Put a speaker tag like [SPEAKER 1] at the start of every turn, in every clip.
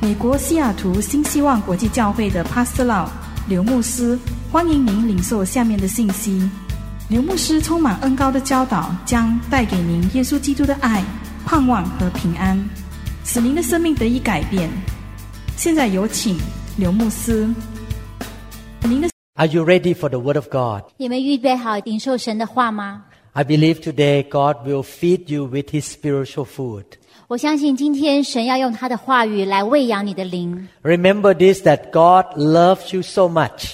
[SPEAKER 1] 美国西雅图新希望国际教会的帕斯老刘牧师，欢迎您领受下面的信息。刘牧师充满恩高的教导，将带给您耶稣基督的爱、盼望和平安，使您的生命得以改变。现在有请刘牧师。您的
[SPEAKER 2] Are you ready for the Word of God?
[SPEAKER 3] 你们预备好领受神的话吗？
[SPEAKER 2] I believe today God will feed you with His spiritual food.
[SPEAKER 3] 我相信今天神要用他的话语来喂养你的灵。
[SPEAKER 2] Remember this that God loves you so much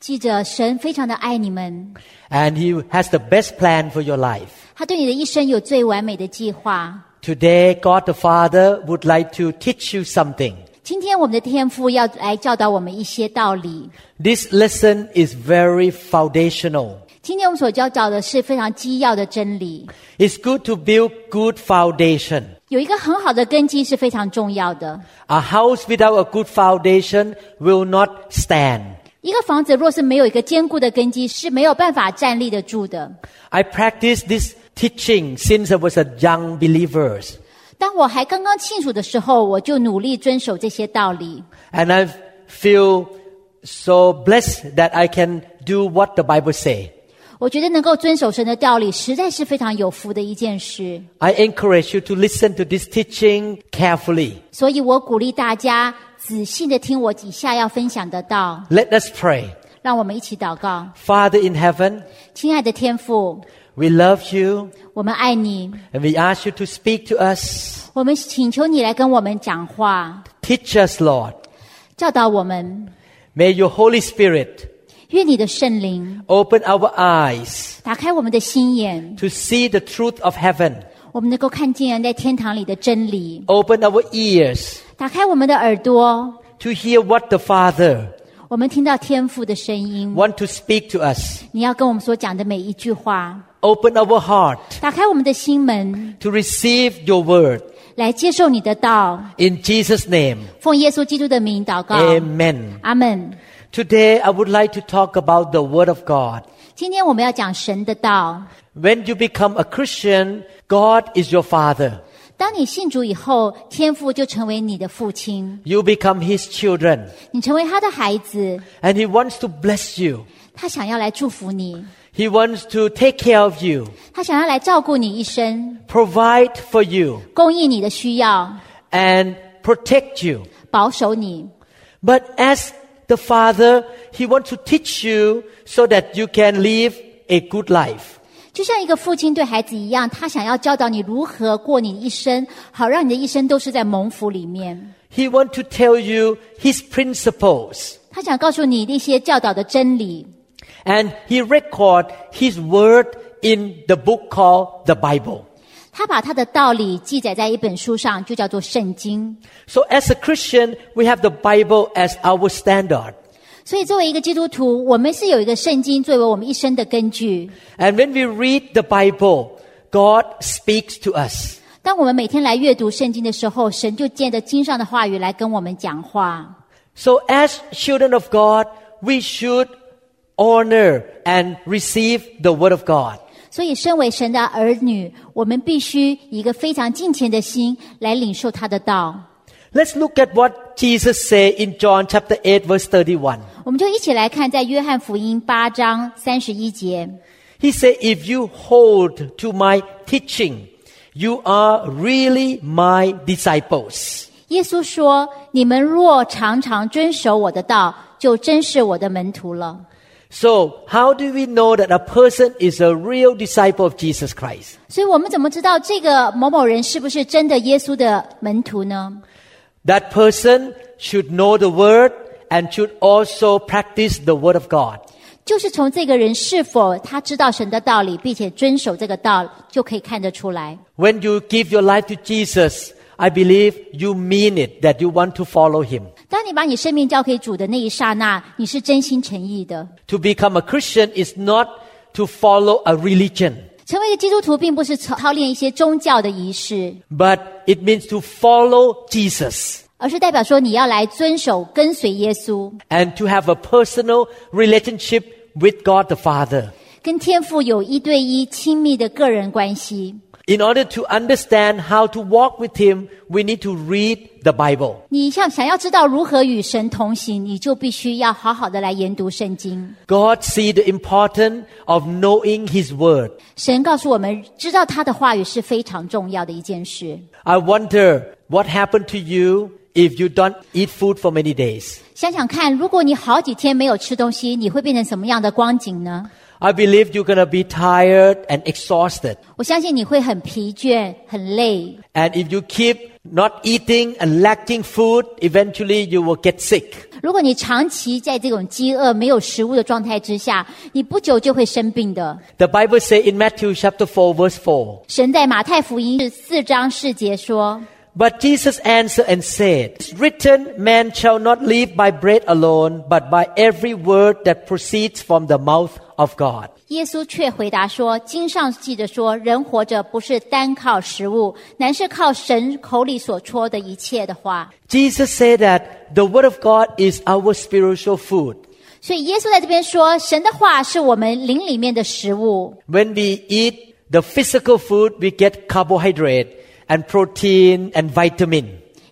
[SPEAKER 3] 记着，神非常的爱你们，
[SPEAKER 2] and He has the best plan for your life.
[SPEAKER 3] 他对你的一生有最完美的计划。
[SPEAKER 2] Today, God the Father would like to teach you something.
[SPEAKER 3] 今天我们的天父要来教导我们一些道理。
[SPEAKER 2] This lesson is very foundational.
[SPEAKER 3] 今天我们所教导的是非常基要的真理，
[SPEAKER 2] It's good to build good foundation.
[SPEAKER 3] 有一个很好的根基是非常重要的。
[SPEAKER 2] A house without a good foundation will not stand.
[SPEAKER 3] 一个房子若是没有一个坚固的根基，是没有办法站立得住的。
[SPEAKER 2] I practiced this teaching since I was a young believer.
[SPEAKER 3] 当我还刚刚信主的时候，我就努力遵守这些道理。
[SPEAKER 2] And I feel so blessed that I can do what the Bible say.
[SPEAKER 3] 我觉得能够遵守神的道理，实在是非常有福的一件事。
[SPEAKER 2] I encourage you to listen to this teaching carefully.
[SPEAKER 3] 所以我鼓励大家仔细的听我以下要分享的道。
[SPEAKER 2] Let us pray.
[SPEAKER 3] 让我们一起祷告，
[SPEAKER 2] Father in heaven,
[SPEAKER 3] 亲爱的天父，
[SPEAKER 2] we love you
[SPEAKER 3] 我们爱你，
[SPEAKER 2] and we ask you to speak to us.
[SPEAKER 3] 我们请求你来跟我们讲话，
[SPEAKER 2] Teach us, Lord.
[SPEAKER 3] 教导我们。
[SPEAKER 2] May your Holy Spirit
[SPEAKER 3] 愿你的圣灵
[SPEAKER 2] open our eyes
[SPEAKER 3] 打开我们的心眼，
[SPEAKER 2] to see the truth of heaven.
[SPEAKER 3] 我们能够看见在天堂里的真理，
[SPEAKER 2] Open our ears
[SPEAKER 3] 打开我们的耳朵，
[SPEAKER 2] to hear what the Father
[SPEAKER 3] 我们听到天父的声音。
[SPEAKER 2] want to speak to us.
[SPEAKER 3] 你要跟我们所讲的每一句话，
[SPEAKER 2] Open our heart
[SPEAKER 3] 打开我们的心门，
[SPEAKER 2] to receive your word.
[SPEAKER 3] 来接受你的道。
[SPEAKER 2] In Jesus' name,
[SPEAKER 3] 奉耶稣基督的名祷告，
[SPEAKER 2] amen.
[SPEAKER 3] 阿门。
[SPEAKER 2] Today, I would like to talk about the Word of God.
[SPEAKER 3] 今天我们要讲神的道。
[SPEAKER 2] When you become a Christian, God is your Father.
[SPEAKER 3] 当你信主以后，天父就成为你的父亲，
[SPEAKER 2] You become His children,
[SPEAKER 3] 你成为他的孩子，
[SPEAKER 2] and He wants to bless you.
[SPEAKER 3] 他想要来祝福你，
[SPEAKER 2] He wants to take care of you,
[SPEAKER 3] 他想要来照顾你一生，
[SPEAKER 2] provide for you,
[SPEAKER 3] 供应你的需要，
[SPEAKER 2] and protect you.
[SPEAKER 3] 保守你。
[SPEAKER 2] But as the Father, He wants to teach you so that you can live a good life.
[SPEAKER 3] 就像一个父亲对孩子一样，他想要教导你如何过你的一生，好让你的一生都是在蒙福里面。
[SPEAKER 2] He wants to tell you His principles.
[SPEAKER 3] 他想告诉你那些教导的真理，
[SPEAKER 2] And he record his word in the book called the Bible.
[SPEAKER 3] 他把他的道理记载在一本书上，就叫做圣经。
[SPEAKER 2] So as a Christian, we have the Bible as our standard.
[SPEAKER 3] 所以，作为一个基督徒，我们是有一个圣经作为我们一生的根据。
[SPEAKER 2] And when we read the Bible, God speaks to us.
[SPEAKER 3] 当我们每天来阅读圣经的时候，神就借着经上的话语来跟我们讲话。
[SPEAKER 2] So as children of God, we should honor and receive the word of God.
[SPEAKER 3] 所以，身为神的儿女，我们必须以一个非常敬虔的心来领受他的道。
[SPEAKER 2] Let's look at what Jesus said in John chapter 8 verse 31.
[SPEAKER 3] 我们就一起来看，在约翰福音八章三十一节，
[SPEAKER 2] He said, If you hold to my teaching, you are really my disciples.
[SPEAKER 3] 耶稣说：“你们若常常遵守我的道，就真是我的门徒了。
[SPEAKER 2] So, how do we know that a person is a real disciple of Jesus Christ? ”
[SPEAKER 3] 所以，我们怎么知道这个某某人是不是真的耶稣的门徒呢？
[SPEAKER 2] That person should know the Word and should also practice the Word of God.
[SPEAKER 3] 就是从这个人是否他知道神的道理，并且遵守这个道，就可以看得出来。
[SPEAKER 2] When you give your life to Jesus, I believe you mean it that you want to follow Him.
[SPEAKER 3] 当你把你生命交给主的那一刹那，你是真心诚意的。
[SPEAKER 2] To become a Christian is not to follow a religion,
[SPEAKER 3] 成为一个基督徒，并不是操操练一些宗教的仪式，
[SPEAKER 2] but it means to follow Jesus.
[SPEAKER 3] 而是代表说你要来遵守、跟随耶稣，
[SPEAKER 2] and to have a personal relationship with God the Father.
[SPEAKER 3] 跟天父有一对一亲密的个人关系。
[SPEAKER 2] In order to understand how to walk with Him, we need to read the Bible.
[SPEAKER 3] 你想想要知道如何与神同行，你就必须要好好的来研读圣经。
[SPEAKER 2] God see the importance of knowing His Word.
[SPEAKER 3] 神告诉我们，知道他的话语是非常重要的一件事。
[SPEAKER 2] I wonder what happened to you if you don't eat food for many days.
[SPEAKER 3] 想想看，如果你好几天没有吃东西，你会变成什么样的光景呢？
[SPEAKER 2] I believe you're going to be tired and exhausted.
[SPEAKER 3] 我相信你会很疲倦、很累。
[SPEAKER 2] And if you keep not eating and lacking food, eventually you will get sick.
[SPEAKER 3] 如果你长期在这种饥饿、没有食物的状态之下，你不久就会生病的。
[SPEAKER 2] The Bible says in Matthew chapter 4 verse 4,
[SPEAKER 3] 神在马太福音四章四节说
[SPEAKER 2] But Jesus answered and said, It's written, man shall not live by bread alone, but by every word that proceeds from the mouth of God.：“
[SPEAKER 3] 耶稣却回答说，经上记着说，人活着不是单靠食物，乃是靠神口里所说的一切的话。
[SPEAKER 2] Jesus said that the word of God is our spiritual food. ”
[SPEAKER 3] 所以耶稣在这边说，神的话是我们灵里面的食物。
[SPEAKER 2] When we eat the physical food, we get carbohydrate and protein and vitamin.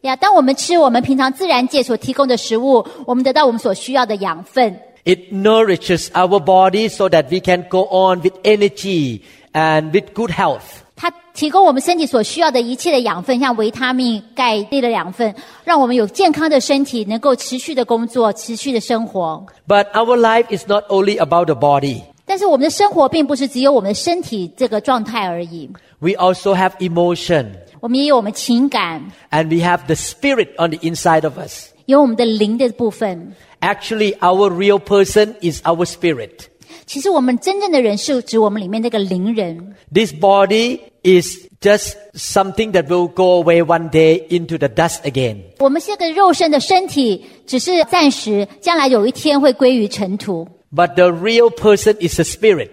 [SPEAKER 3] 呀，当我们吃我们平常自然界所提供的食物，我们得到我们所需要的养分，
[SPEAKER 2] It nourishes our body so that we can go on with energy and with good health.
[SPEAKER 3] 它提供我们身体所需要的一切的养分，像维他命、钙类的养分，让我们有健康的身体，能够持续的工作、持续的生活。
[SPEAKER 2] But our life is not only about the body.
[SPEAKER 3] 但是我们的生活并不是只有我们的身体这个状态而已，
[SPEAKER 2] We also have emotion
[SPEAKER 3] 我们也有我们情感，
[SPEAKER 2] and we have the spirit on the inside of us.
[SPEAKER 3] 有我们的灵的部分。
[SPEAKER 2] Actually, our real person is our spirit.
[SPEAKER 3] 其实我们真正的人是指我们里面那个灵人，
[SPEAKER 2] This body is just something that will go away one day into the dust again.
[SPEAKER 3] 我们这个肉身的身体只是暂时，将来有一天会归于尘土。
[SPEAKER 2] But the real person is the spirit.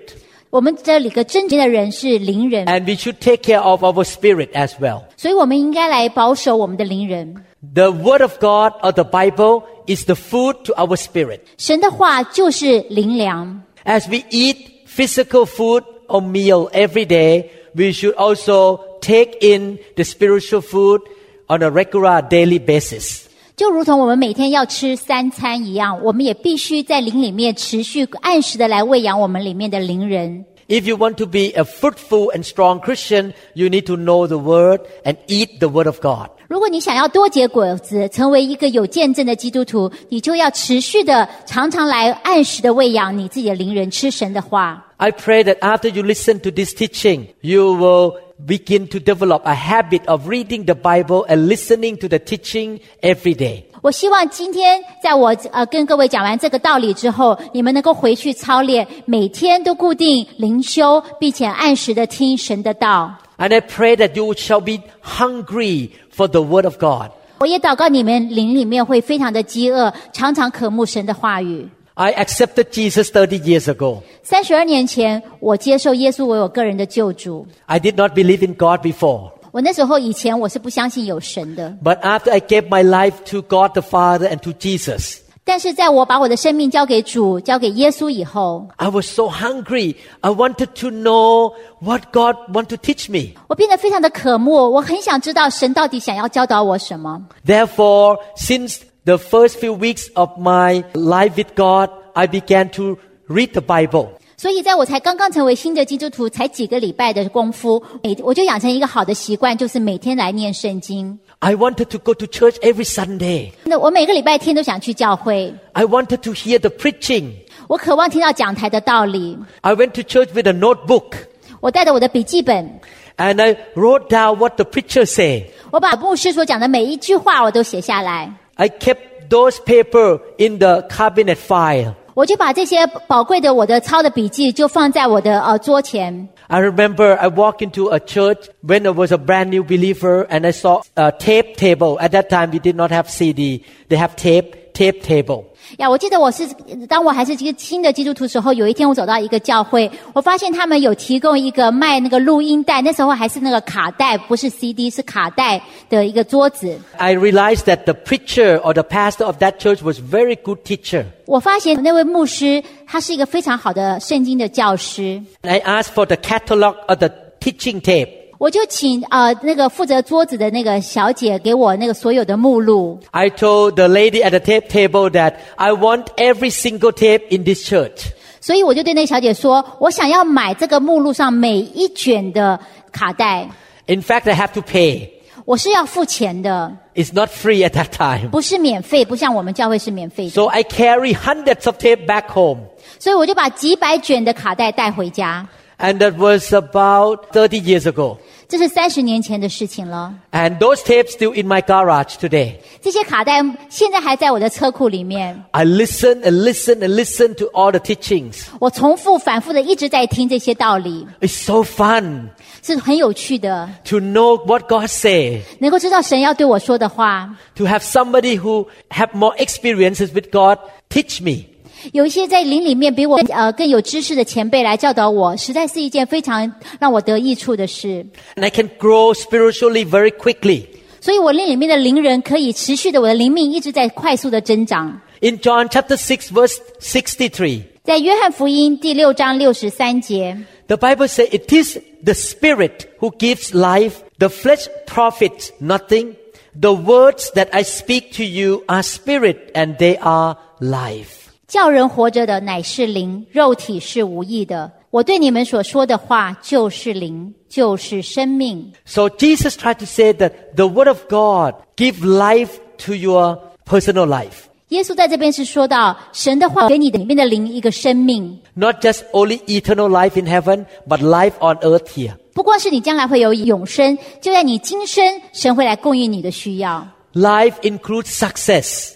[SPEAKER 3] 我们这里个真正的人是灵人，
[SPEAKER 2] And we should take care of our spirit as well.
[SPEAKER 3] 所以我们应该来保守我们的灵人。
[SPEAKER 2] The word of God or the Bible is the food to our spirit.
[SPEAKER 3] 神的话就是灵粮。
[SPEAKER 2] As we eat physical food or meal every day, we should also take in the spiritual food on a regular daily basis.
[SPEAKER 3] 就如同我们每天要吃三餐一样，我们也必须在灵里面持续按时的来喂养我们里面的灵人。
[SPEAKER 2] If you want to be a fruitful and strong Christian, you need to know the word and eat the word of God.
[SPEAKER 3] 如果你想要多结果子，成为一个有见证的基督徒，你就要持续的、常常来按时的喂养你自己的灵人，吃神的话。
[SPEAKER 2] I pray that after you listen to this teaching, you will begin to develop a habit of reading the Bible and listening to the teaching every day.
[SPEAKER 3] 我希望今天在我呃跟各位讲完这个道理之后，你们能够回去操练，每天都固定灵修，并且按时的听神的道。
[SPEAKER 2] And I pray that you shall be hungry for the word of God.
[SPEAKER 3] 我也祷告你们灵里面会非常的饥饿，常常渴慕神的话语。
[SPEAKER 2] I accepted Jesus 30 years ago.
[SPEAKER 3] 三十二年前，我接受耶稣为我个人的救主。
[SPEAKER 2] I did not believe in God before.
[SPEAKER 3] 我那时候以前我是不相信有神的，
[SPEAKER 2] But after I gave my life to God the Father and to Jesus,
[SPEAKER 3] 但是在我把我的生命交给主、交给耶稣以后，
[SPEAKER 2] I was so hungry. I wanted to know what God want to teach me.
[SPEAKER 3] 我变得非常的渴慕，我很想知道神到底想要教导我什么。
[SPEAKER 2] Therefore, since the first few weeks of my life with God, I began to read the Bible.
[SPEAKER 3] 所以，在我才刚刚成为新的基督徒，才几个礼拜的功夫，每我就养成一个好的习惯，就是每天来念圣经。
[SPEAKER 2] I wanted to go to church every Sunday.
[SPEAKER 3] 那我每个礼拜天都想去教会，
[SPEAKER 2] I wanted to hear the preaching.
[SPEAKER 3] 我渴望听到讲台的道理。
[SPEAKER 2] I went to church with a notebook
[SPEAKER 3] 我带着我的笔记本，
[SPEAKER 2] and I wrote down what the preacher said.
[SPEAKER 3] 我把牧师所讲的每一句话我都写下来，
[SPEAKER 2] I kept those paper in the cabinet file.
[SPEAKER 3] 我就把这些宝贵的我的抄的笔记就放在我的呃桌前。
[SPEAKER 2] I remember I walked into a church when I was a brand new believer and I saw a tape table. At that time, we did not have CD. They have tape, tape table.
[SPEAKER 3] 呀，我记得我是当我还是一个新的基督徒时候，有一天我走到一个教会，我发现他们有提供一个卖那个录音带，那时候还是那个卡带，不是 CD，是卡带的一个桌子。
[SPEAKER 2] I realized that the preacher or the pastor of that church was very good teacher.
[SPEAKER 3] 我发现那位牧师他是一个非常好的圣经的教师，
[SPEAKER 2] And I asked for the catalog of the teaching tape.
[SPEAKER 3] 我就请呃那个负责桌子的那个小姐给我那个所有的目录。
[SPEAKER 2] I told the lady at the tape table that I want every single tape in this church.
[SPEAKER 3] 所以我就对那小姐说，我想要买这个目录上每一卷的卡带，
[SPEAKER 2] In fact, I have to pay.
[SPEAKER 3] 我是要付钱的，
[SPEAKER 2] It's not free at that time.
[SPEAKER 3] 不是免费，不像我们教会是免费的。
[SPEAKER 2] So I carry hundreds of tape back home.
[SPEAKER 3] 所以我就把几百卷的卡带带回家，
[SPEAKER 2] And that was about 30 years ago.
[SPEAKER 3] 这是三十年前的事情了。
[SPEAKER 2] And those tapes still in my garage today.
[SPEAKER 3] 这些卡带现在还在我的车库里面，
[SPEAKER 2] I listen and listen and listen to all the teachings.
[SPEAKER 3] 我重复反复的一直在听这些道理，
[SPEAKER 2] It's so fun
[SPEAKER 3] 是很有趣的，
[SPEAKER 2] to know what God say,
[SPEAKER 3] 能够知道神要对我说的话。
[SPEAKER 2] to have somebody who have more experiences with God teach me.
[SPEAKER 3] 有一些在林里面比我呃更有知识的前辈来教导我，实在是一件非常让我得益处的事。
[SPEAKER 2] And I can grow spiritually very quickly.
[SPEAKER 3] 所以我灵里面的灵人可以持续的，我的灵命一直在快速的增长。
[SPEAKER 2] In John chapter 6 verse 63,
[SPEAKER 3] 在约翰福音第六章六十三节，
[SPEAKER 2] the Bible says it is the spirit who gives life. The flesh profits nothing. The words that I speak to you are spirit and they are life.
[SPEAKER 3] 叫人活着的乃是灵，肉体是无益的。我对你们所说的话就是灵，就是生命。
[SPEAKER 2] So Jesus tried to say that the word of God give life to your personal life.
[SPEAKER 3] 耶稣在这边是说到，神的话给你的里面的灵一个生命，
[SPEAKER 2] Not just only eternal life in heaven, but life on earth here.
[SPEAKER 3] 不光是你将来会有永生，就在你今生，神会来供应你的需要。
[SPEAKER 2] Life includes success,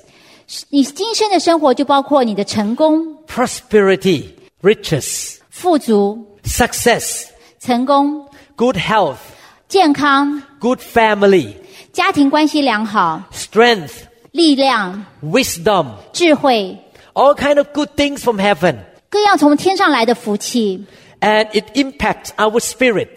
[SPEAKER 3] 你今生的生活就包括你的成功、
[SPEAKER 2] prosperity, riches,
[SPEAKER 3] 富足、
[SPEAKER 2] success,
[SPEAKER 3] 成功、
[SPEAKER 2] good health,
[SPEAKER 3] 健康、
[SPEAKER 2] good family,
[SPEAKER 3] 家庭关系良好、
[SPEAKER 2] strength,
[SPEAKER 3] 力量、
[SPEAKER 2] wisdom,
[SPEAKER 3] 智慧，
[SPEAKER 2] all kind of good things from heaven.
[SPEAKER 3] 各样从天上来的福气，
[SPEAKER 2] And it impacts our spirit.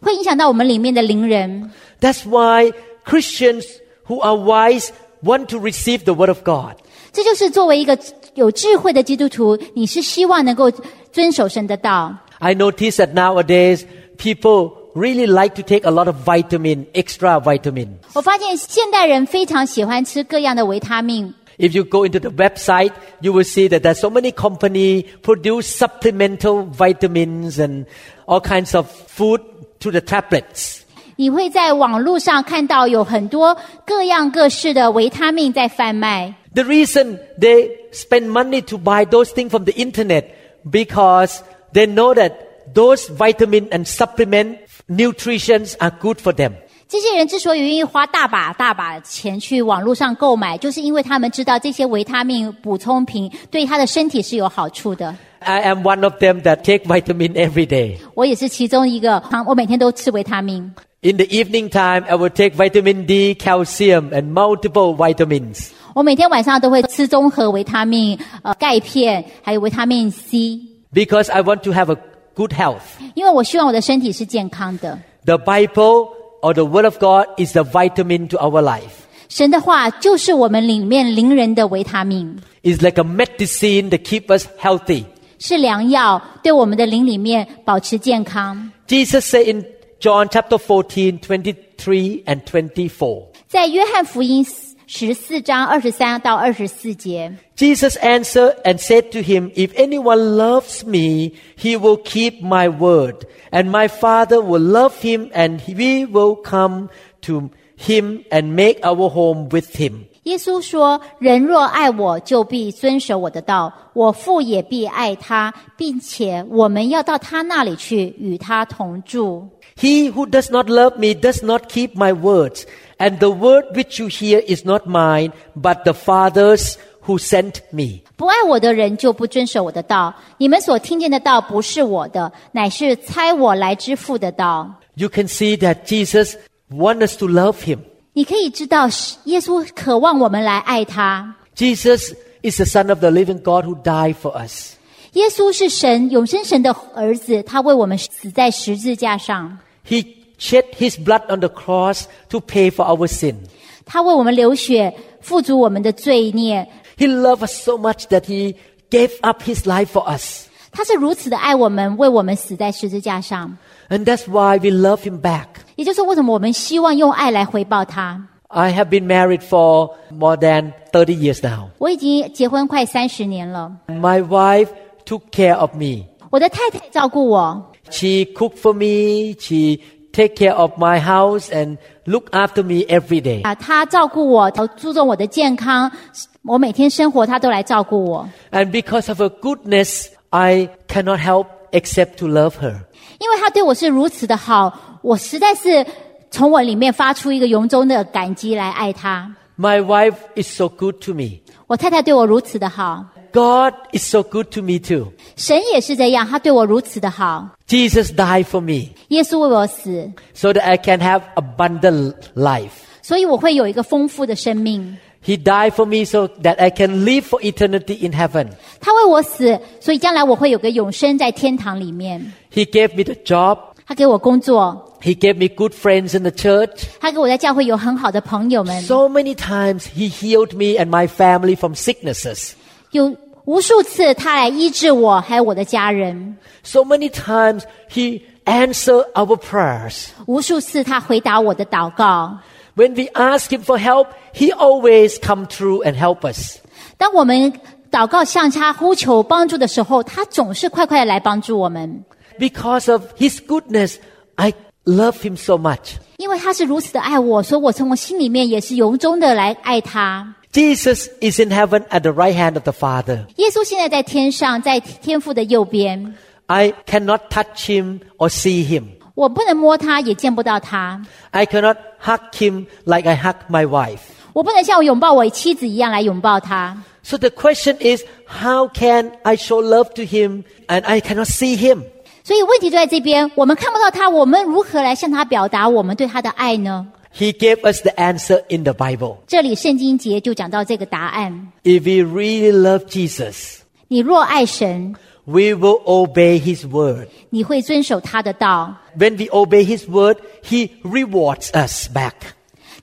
[SPEAKER 3] 会影响到我们里面的灵人。
[SPEAKER 2] That's why Christians who are wise want to receive the word of God.
[SPEAKER 3] 这就是作为一个有智慧的基督徒，你是希望能够遵守神的道。
[SPEAKER 2] I notice that nowadays people really like to take a lot of vitamin, extra vitamin.
[SPEAKER 3] 我发现现代人非常喜欢吃各样的维他命。
[SPEAKER 2] If you go into the website, you will see that there's so many company produce supplemental vitamins and all kinds of food to the tablets.
[SPEAKER 3] 你会在网络上看到有很多各样各式的维他命在贩卖。
[SPEAKER 2] The reason they spend money to buy those things from the internet because they know that those vitamin and supplement nutritions are good for them.
[SPEAKER 3] 这些人之所以愿意花大把大把钱去网络上购买，就是因为他们知道这些维他命补充品对他的身体是有好处的。
[SPEAKER 2] I am one of them that take vitamin every day.
[SPEAKER 3] 我也是其中一个，啊我每天都吃维他命。
[SPEAKER 2] In the evening time, I will take vitamin D, calcium, and multiple vitamins.
[SPEAKER 3] 我每天晚上都会吃综合维他命、呃钙片，还有维他命 C，
[SPEAKER 2] Because I want to have a good health.
[SPEAKER 3] 因为我希望我的身体是健康的。
[SPEAKER 2] The Bible or the Word of God is the vitamin to our life.
[SPEAKER 3] 神的话就是我们里面灵人的维他命，
[SPEAKER 2] It's like a medicine that keep us healthy.
[SPEAKER 3] 是良药，对我们的灵里面保持健康。
[SPEAKER 2] Jesus said in John chapter 14, 23 and 24.
[SPEAKER 3] 在约翰福音十四章二十三到二十四节，
[SPEAKER 2] Jesus answered and said to him, If anyone loves me, he will keep my word, and my Father will love him, and we will come to him and make our home with him.
[SPEAKER 3] 耶稣说：“人若爱我，就必遵守我的道；我父也必爱他，并且我们要到他那里去，与他同住。
[SPEAKER 2] He who does not love me does not keep my words, and the word which you hear is not mine, but the Father's who sent me.
[SPEAKER 3] 不爱我的人就不遵守我的道。你们所听见的道不是我的，乃是猜我来之父的道。
[SPEAKER 2] You can see that Jesus wants us to love him. ”
[SPEAKER 3] 你可以知道，是耶稣渴望我们来爱他。
[SPEAKER 2] Jesus is the Son of the living God who died for us.
[SPEAKER 3] 耶稣是神永生神的儿子，他为我们死在十字架上，
[SPEAKER 2] He shed his blood on the cross to pay for our sin.
[SPEAKER 3] 他为我们流血，付足我们的罪孽，
[SPEAKER 2] He loved us so much that he gave up his life for us.
[SPEAKER 3] 他是如此的爱我们，为我们死在十字架上。
[SPEAKER 2] And that's why we love Him back.
[SPEAKER 3] 也就是为什么我们希望用爱来回报他。
[SPEAKER 2] I have been married for more than 30 years now.
[SPEAKER 3] 我已经结婚快三十年了，
[SPEAKER 2] My wife took care of me.
[SPEAKER 3] 我的太太照顾我，
[SPEAKER 2] She cooked for me. She take care of my house and look after me every day.
[SPEAKER 3] 啊，她照顾我，她注重我的健康，我每天生活她都来照顾我。
[SPEAKER 2] And because of her goodness, I cannot help except to love her.
[SPEAKER 3] 因为他对我是如此的好，我实在是从我里面发出一个由衷的感激来爱他。
[SPEAKER 2] My wife is so good to me.
[SPEAKER 3] 我太太对我如此的好，
[SPEAKER 2] God is so good to me too.
[SPEAKER 3] 神也是这样，他对我如此的好。
[SPEAKER 2] Jesus died for me
[SPEAKER 3] 耶稣为我死，
[SPEAKER 2] so that I can have abundant life.
[SPEAKER 3] 所以我会有一个丰富的生命。
[SPEAKER 2] He died for me so that I can live for eternity in heaven.
[SPEAKER 3] 他为我死，所以将来我会有个永生在天堂里面。
[SPEAKER 2] He gave me the job.
[SPEAKER 3] 他给我工作，
[SPEAKER 2] He gave me good friends in the church.
[SPEAKER 3] 他给我在教会有很好的朋友们，
[SPEAKER 2] So many times he healed me and my family from sicknesses.
[SPEAKER 3] 有无数次他来医治我，还有我的家人。
[SPEAKER 2] So many times he answered our prayers.
[SPEAKER 3] 无数次他回答我的祷告，
[SPEAKER 2] When we ask him for help, he always come through and help us.
[SPEAKER 3] 当我们祷告向他呼求帮助的时候，他总是快快地来帮助我们，
[SPEAKER 2] Because of his goodness, I love him so much.
[SPEAKER 3] 因为他是如此的爱我，所以我从我心里面也是由衷的来爱他。
[SPEAKER 2] Jesus is in heaven at the right hand of the Father.
[SPEAKER 3] 耶稣现在在天上，在天父的右边，
[SPEAKER 2] I cannot touch him or see him.
[SPEAKER 3] 我不能摸他，也见不到他，
[SPEAKER 2] I cannot hug him like I hug my wife.
[SPEAKER 3] 我不能像我拥抱我妻子一样来拥抱他。
[SPEAKER 2] So the question is, how can I show love to him and I cannot see him?
[SPEAKER 3] 所以问题就在这边，我们看不到他，我们如何来向他表达我们对他的爱呢？
[SPEAKER 2] He gave us the answer in the Bible.
[SPEAKER 3] 这里圣经节就讲到这个答案：
[SPEAKER 2] If we really love Jesus,
[SPEAKER 3] 你若爱神，
[SPEAKER 2] we will obey His word.
[SPEAKER 3] 你会遵守他的道，
[SPEAKER 2] When we obey His word, He rewards us back.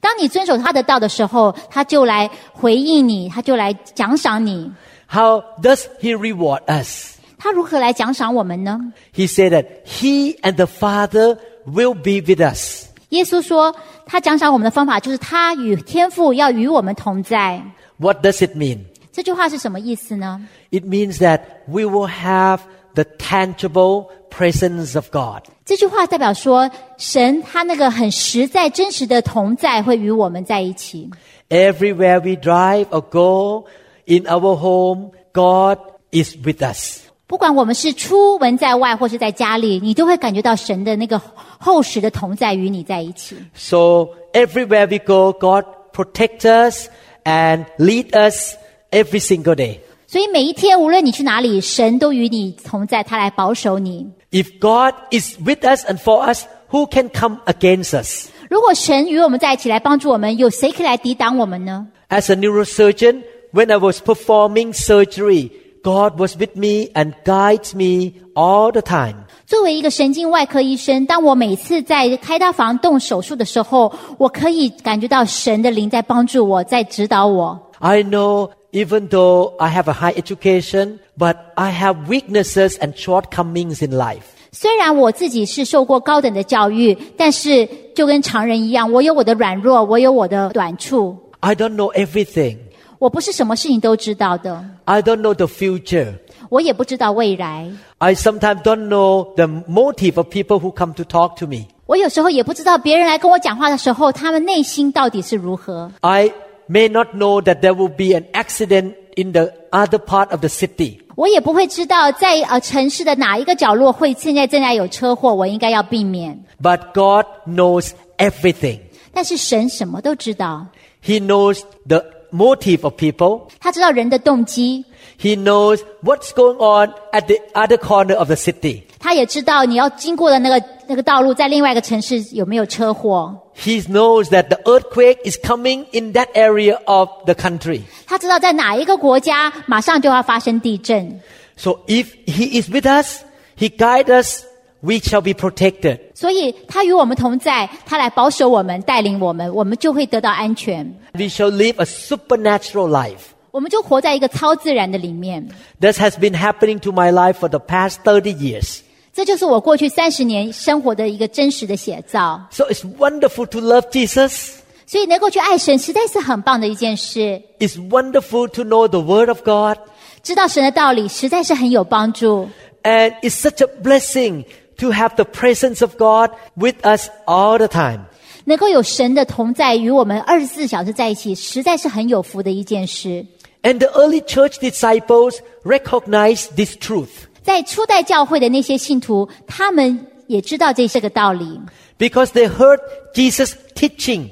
[SPEAKER 3] 当你遵守他的道的时候，他就来回应你，他就来奖赏你。
[SPEAKER 2] How does He reward us?
[SPEAKER 3] 他如何来奖赏我们呢？
[SPEAKER 2] He said that He and the Father will be with us.
[SPEAKER 3] 耶稣说，他奖赏我们的方法就是他与天父要与我们同在。
[SPEAKER 2] What does it mean?
[SPEAKER 3] 这句话是什么意思呢？
[SPEAKER 2] It means that we will have the tangible presence of God.
[SPEAKER 3] 这句话代表说，神他那个很实在、真实的同在会与我们在一起。
[SPEAKER 2] Everywhere we drive or go, in our home, God is with us.
[SPEAKER 3] 不管我们是出门在外或是在家里，你都会感觉到神的那个厚实的同在与你在一起。
[SPEAKER 2] So everywhere we go, God protect us and lead us every single day.
[SPEAKER 3] 所以每一天，无论你去哪里，神都与你同在，他来保守你。
[SPEAKER 2] If God is with us and for us, who can come against us?
[SPEAKER 3] 如果神与我们在一起来帮助我们，有谁可以来抵挡我们呢？
[SPEAKER 2] As a neurosurgeon, when I was performing surgery, God was with me and guides me all the time.
[SPEAKER 3] 作为一个神经外科医生，当我每次在开刀房动手术的时候，我可以感觉到神的灵在帮助我，在指导我。
[SPEAKER 2] I know even though I have a high education, but I have weaknesses and shortcomings in life.
[SPEAKER 3] 虽然我自己是受过高等的教育，但是就跟常人一样，我有我的软弱，我有我的短处，
[SPEAKER 2] I don't know everything.
[SPEAKER 3] 我不是什么事情都知道的，
[SPEAKER 2] I don't know the future.
[SPEAKER 3] 我也不知道未来，
[SPEAKER 2] I sometimes don't know the motive of people who come to talk to me.
[SPEAKER 3] 我有时候也不知道别人来跟我讲话的时候，他们内心到底是如何。
[SPEAKER 2] I may not know that there will be an accident in the other part of the city.
[SPEAKER 3] 我也不会知道在呃城市的哪一个角落会现在正在有车祸，我应该要避免。
[SPEAKER 2] But God knows everything.
[SPEAKER 3] 但是神什么都知道，
[SPEAKER 2] He knows the motive of people.
[SPEAKER 3] 他知道人的动机，
[SPEAKER 2] He knows what's going on at the other corner of the city.
[SPEAKER 3] 他也知道你要经过的那个那个道路在另外一个城市有没有车祸，
[SPEAKER 2] He knows that the earthquake is coming in that area of the country.
[SPEAKER 3] 他知道在哪一个国家马上就要发生地震。
[SPEAKER 2] So if He is with us, He guides us, we shall be protected.
[SPEAKER 3] 所以他与我们同在，他来保守我们，带领我们，我们就会得到安全。
[SPEAKER 2] We shall live a supernatural life.
[SPEAKER 3] 我们就活在一个超自然的里面。
[SPEAKER 2] This has been happening to my life for the past 30 years.
[SPEAKER 3] 这就是我过去三十年生活的一个真实的写照。
[SPEAKER 2] So it's wonderful to love Jesus.
[SPEAKER 3] 所以能够去爱神，实在是很棒的一件事。
[SPEAKER 2] It's wonderful to know the Word of God.
[SPEAKER 3] 知道神的道理，实在是很有帮助。
[SPEAKER 2] And it's such a blessing to have the presence of God with us all the time.
[SPEAKER 3] 能够有神的同在与我们二十四小时在一起，实在是很有福的一件事。
[SPEAKER 2] And the early church disciples recognized this truth
[SPEAKER 3] 在初代教会的那些信徒，他们也知道这是个道理，
[SPEAKER 2] because they heard Jesus teaching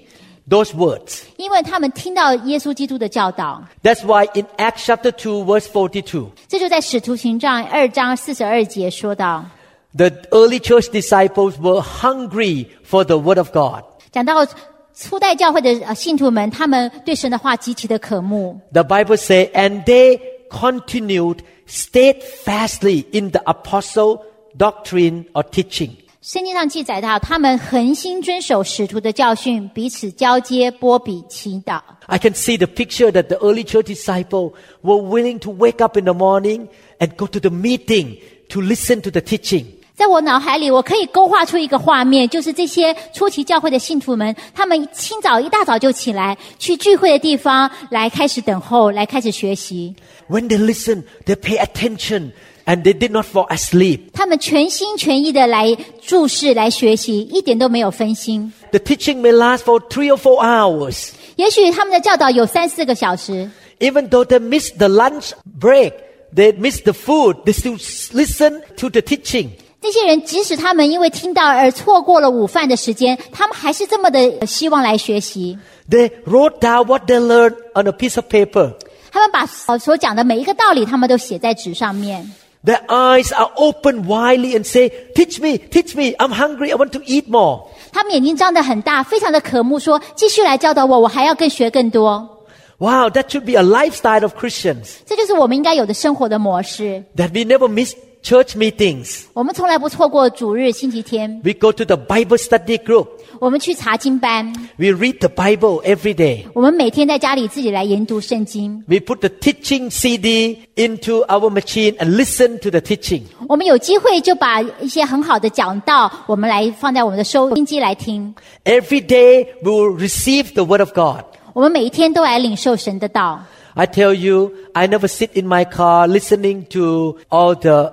[SPEAKER 2] those words.
[SPEAKER 3] 因为他们听到耶稣基督的教导。
[SPEAKER 2] That's why in Acts chapter 2 verse 42,
[SPEAKER 3] 这就在《使徒行传》二章四十二节说到，
[SPEAKER 2] the early church disciples were hungry for the Word of God.
[SPEAKER 3] 讲到初代教会的呃信徒们，他们对神的话极其的渴慕。
[SPEAKER 2] The Bible says, and they continued steadfastly in the apostle doctrine or teaching.
[SPEAKER 3] 圣经上记载到，他们恒心遵守使徒的教训，彼此交接、波比、祈祷。
[SPEAKER 2] I can see the picture that the early church disciple were willing to wake up in the morning and go to the meeting to listen to the teaching.
[SPEAKER 3] 在我脑海里，我可以勾画出一个画面，就是这些初期教会的信徒们，他们清早一大早就起来，去聚会的地方来开始等候，来开始学习。
[SPEAKER 2] When they listen, they pay attention and they did not fall asleep.
[SPEAKER 3] 他们全心全意的来注视、来学习，一点都没有分心。
[SPEAKER 2] The teaching may last for three or four hours.
[SPEAKER 3] 也许他们的教导有三四个小时，
[SPEAKER 2] Even though they miss the lunch break, they miss the food, they still s- listen to the teaching.
[SPEAKER 3] 这些人即使他们因为听到而错过了午饭的时间，他们还是这么的希望来学习。
[SPEAKER 2] They wrote down what they learned on a piece of paper.
[SPEAKER 3] 他们把所所讲的每一个道理，他们都写在纸上面。
[SPEAKER 2] Their eyes are open widely and say, teach me, teach me, I'm hungry, I want to eat more.
[SPEAKER 3] 他们眼睛张得很大，非常的渴慕，说：“继续来教导我，我还要更学更多。
[SPEAKER 2] Wow, that should be a lifestyle of Christians. ”
[SPEAKER 3] 这就是我们应该有的生活的模式。
[SPEAKER 2] That we never miss church meetings.
[SPEAKER 3] 我们从来不错过主日、星期天，
[SPEAKER 2] We go to the Bible study group.
[SPEAKER 3] 我们去查经班，
[SPEAKER 2] We read the Bible every day.
[SPEAKER 3] 我们每天在家里自己来研读圣经。
[SPEAKER 2] We put the teaching CD into our machine and listen to the teaching.
[SPEAKER 3] 我们有机会就把一些很好的讲道，我们来放在我们的收音机来听。
[SPEAKER 2] Every day we will receive the Word of God.
[SPEAKER 3] 我们每一天都来领受神的道。
[SPEAKER 2] I tell you, I never sit in my car listening to all the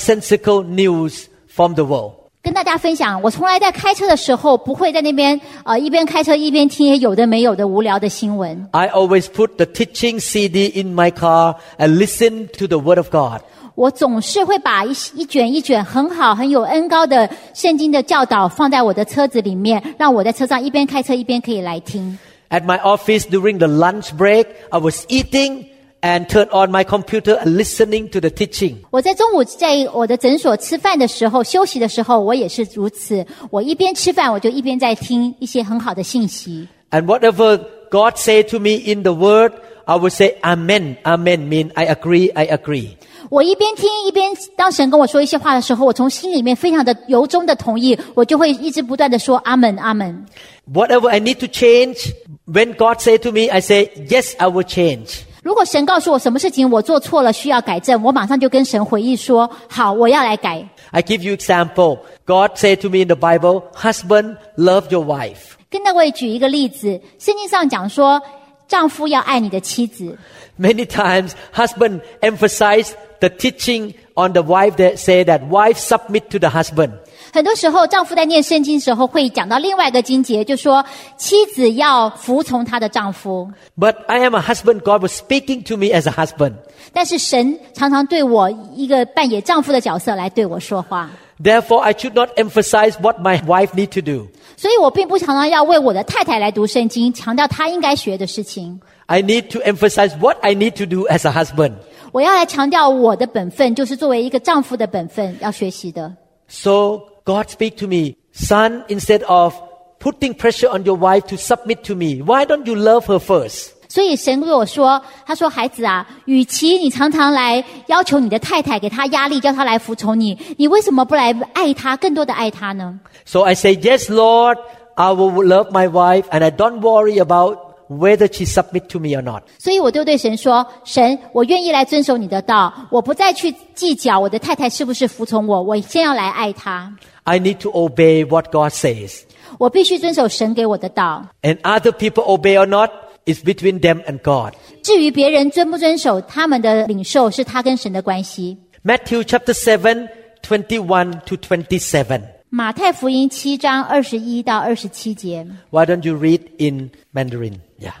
[SPEAKER 2] nonsensical news from the world.
[SPEAKER 3] 跟大家分享，我从来在开车的时候不会在那边呃一边开车一边听一些有的没有的无聊的新闻。
[SPEAKER 2] I always put the teaching CD in my car and listen to the Word of God.
[SPEAKER 3] 我总是会把一一卷一卷很好、很有恩高的圣经的教导放在我的车子里面，让我在车上一边开车一边可以来听。
[SPEAKER 2] At my office during the lunch break, I was eating and turned on my computer and listening to the teaching.
[SPEAKER 3] 我在中午在我的诊所吃饭的时候、休息的时候，我也是如此。我一边吃饭，我就一边在听一些很好的信息。
[SPEAKER 2] And whatever God said to me in the Word, I would say Amen. Amen mean I agree, I agree.
[SPEAKER 3] 我一边听一边，当神跟我说一些话的时候，我从心里面非常的由衷的同意，我就会一直不断的说阿门阿门。
[SPEAKER 2] Whatever I need to change, when God said to me, I say, yes, I will change.
[SPEAKER 3] 如果神告诉我什么事情我做错了需要改正，我马上就跟神回忆说好，我要来改。
[SPEAKER 2] I give you example. God said to me in the Bible, husband, love your wife.
[SPEAKER 3] 跟各位举一个例子，圣经上讲说，丈夫要爱你的妻子。
[SPEAKER 2] Many times, husband emphasize the teaching on the wife that say that wife submit to the husband.
[SPEAKER 3] 很多时候，丈夫在念圣经的时候会讲到另外一个经节，就说妻子要服从她的丈夫。
[SPEAKER 2] But I am a husband. God was speaking to me as a husband.
[SPEAKER 3] 但是神常常对我一个扮演丈夫的角色来对我说话，
[SPEAKER 2] Therefore, I should not emphasize what my wife need to do.
[SPEAKER 3] 所以我并不常常要为我的太太来读圣经，强调她应该学的事情。
[SPEAKER 2] I need to emphasize what I need to do as a husband.
[SPEAKER 3] 我要来强调我的本分，就是作为一个丈夫的本分要学习的。
[SPEAKER 2] So God speak to me, son, instead of putting pressure on your wife to submit to me, why don't you love her first?
[SPEAKER 3] 所以神对我说：“他说，孩子啊，与其你常常来要求你的太太给她压力，叫她来服从你，你为什么不来爱她，更多的爱她呢
[SPEAKER 2] So I say, yes, Lord, I will love my wife and I don't worry about whether she submit to me or not.
[SPEAKER 3] 所以我就对神说：“神，我愿意来遵守你的道，我不再去计较我的太太是不是服从我，我先要来爱她。
[SPEAKER 2] I need to obey what God says.
[SPEAKER 3] 我必须遵守神给我的道。
[SPEAKER 2] And other people obey or not is between them and God.
[SPEAKER 3] 至于别人遵不遵守他们的领受，是他跟神的关系。”
[SPEAKER 2] Matthew chapter 7, 21 to 27.
[SPEAKER 3] 马太福音七章二十一到二十七节。
[SPEAKER 2] Why don't you read in Mandarin? Yeah.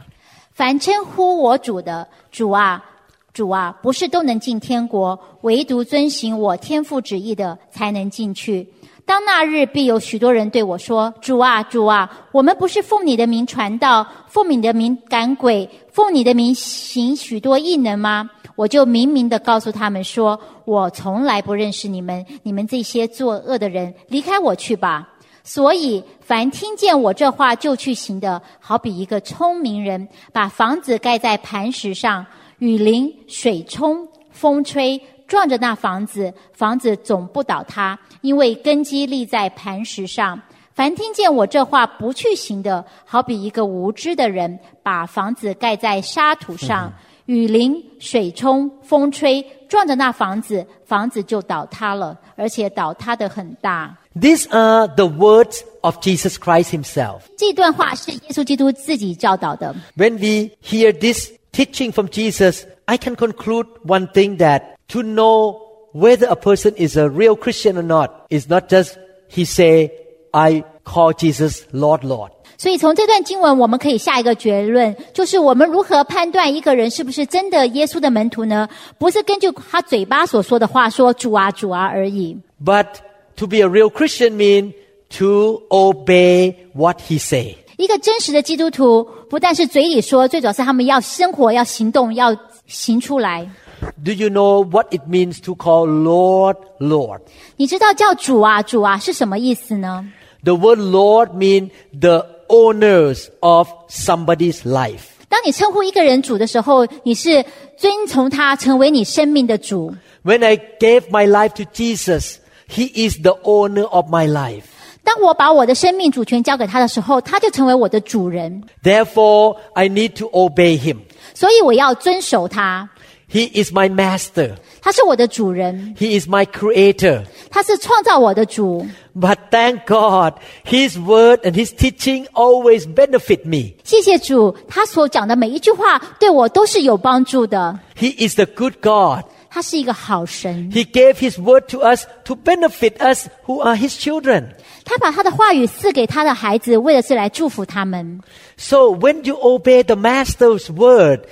[SPEAKER 3] 凡称呼我主的，主啊，主啊，不是都能进天国，唯独遵行我天父旨意的，才能进去。当那日，必有许多人对我说：“主啊，主啊，我们不是奉你的名传道，奉你的名赶鬼，奉你的名行许多异能吗？”我就明明的告诉他们说：“我从来不认识你们，你们这些作恶的人，离开我去吧。”所以，凡听见我这话就去行的，好比一个聪明人，把房子盖在磐石上，雨淋、水冲、风吹，撞着那房子，房子总不倒塌，因为根基立在磐石上。凡听见我这话不去行的，好比一个无知的人，把房子盖在沙土上，雨淋、水冲、风吹，撞着那房子，房子就倒塌了，而且倒塌的很大。
[SPEAKER 2] These are the words of Jesus Christ himself.
[SPEAKER 3] 这段话是耶稣基督自己教导的。
[SPEAKER 2] When we hear this teaching from Jesus, I can conclude one thing that to know whether a person is a real Christian or not is not just he say, I call Jesus Lord, Lord.
[SPEAKER 3] 所以从这段经文，我们可以下一个结论，就是我们如何判断一个人是不是真的耶稣的门徒呢？不是根据他嘴巴所说的话说“主啊，主啊”而已。
[SPEAKER 2] But to be a real Christian means to obey what he say.
[SPEAKER 3] 一个真实的基督徒，不但是嘴里说，最主要是他们要生活、要行动、要行出来。
[SPEAKER 2] Do you know what it means to call Lord, Lord?
[SPEAKER 3] 你知道叫“主啊，主啊”是什么意思呢？
[SPEAKER 2] The word Lord means the owners of somebody's life.
[SPEAKER 3] 当你称呼一个人主的时候，你是遵从他成为你生命的主。
[SPEAKER 2] When I gave my life to Jesus, He is the owner of my life.
[SPEAKER 3] 当我把我的生命主权交给他的时候，他就成为我的主人，
[SPEAKER 2] Therefore, I need to obey Him.
[SPEAKER 3] 所以我要遵守他。
[SPEAKER 2] He is my master.
[SPEAKER 3] 他是我的主人，
[SPEAKER 2] He is my creator.
[SPEAKER 3] 他是创造我的主。
[SPEAKER 2] But thank God, His word and His teaching always benefit me.
[SPEAKER 3] 谢谢主，他所讲的每一句话对我都是有帮助的。
[SPEAKER 2] He is the good God.
[SPEAKER 3] 他是一个好神，
[SPEAKER 2] He gave His word to us to benefit us who are His children.
[SPEAKER 3] 他把他的话语赐给他的孩子，为的是来祝福他们。
[SPEAKER 2] So when you obey the master's word,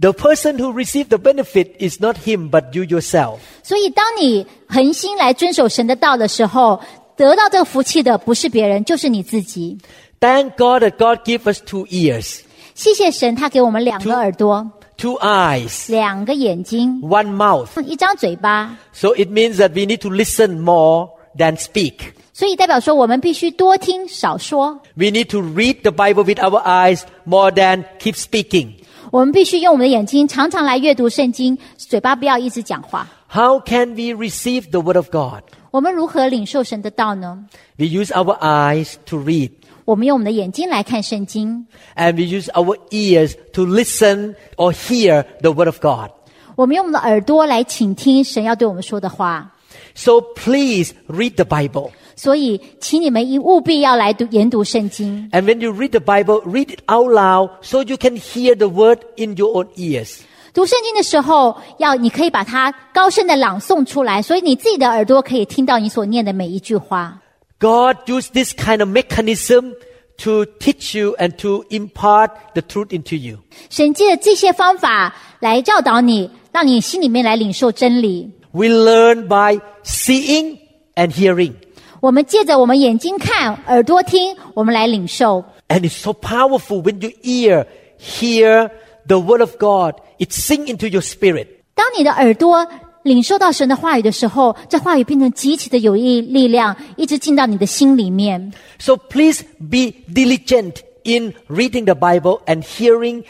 [SPEAKER 2] the person who received the benefit is not him, but you yourself.
[SPEAKER 3] 所以，当你恒心来遵守神的道的时候，得到这个福气的不是别人，就是你自己。
[SPEAKER 2] Thank God that God gave us two ears,
[SPEAKER 3] 谢谢神，他给我们两个耳朵，
[SPEAKER 2] two eyes,
[SPEAKER 3] 两个眼睛，
[SPEAKER 2] one mouth.
[SPEAKER 3] 一张嘴巴，
[SPEAKER 2] So it means that we need to listen more than speak.
[SPEAKER 3] 所以代表说我们必须多听少说，
[SPEAKER 2] We need to read the Bible with our eyes more than keep speaking.
[SPEAKER 3] 我们必须用我们的眼睛常常来阅读圣经，嘴巴不要一直讲话。
[SPEAKER 2] How can we receive the word of God?
[SPEAKER 3] 我们如何领受神的道呢？
[SPEAKER 2] We use our eyes to read.
[SPEAKER 3] 我们用我们的眼睛来看圣经，
[SPEAKER 2] and we use our ears to listen or hear the word of God.
[SPEAKER 3] 我们用我们的耳朵来倾听神要对我们说的话。
[SPEAKER 2] So please read the Bible.
[SPEAKER 3] 所以，请你们一务必要来读研读圣经。
[SPEAKER 2] And when you read the Bible, read it out loud so you can hear the word in your own ears.
[SPEAKER 3] 读圣经的时候，要你可以把它高声的朗诵出来，所以你自己的耳朵可以听到你所念的每一句话。
[SPEAKER 2] God used this kind of mechanism to teach you and to impart the truth into you.
[SPEAKER 3] 神借着这些方法来教导你，让你心里面来领受真理。
[SPEAKER 2] We learn by seeing and hearing.
[SPEAKER 3] 我们借着我们眼睛看，耳朵听，我们来领受。
[SPEAKER 2] And it's so powerful when you ear, hear the word of God. It sink into your spirit.
[SPEAKER 3] 当你的耳朵领受到神的话语的时候，这话语变成极其的有益力量，一直进到你的心里面。
[SPEAKER 2] So please be diligent in reading the Bible and hearing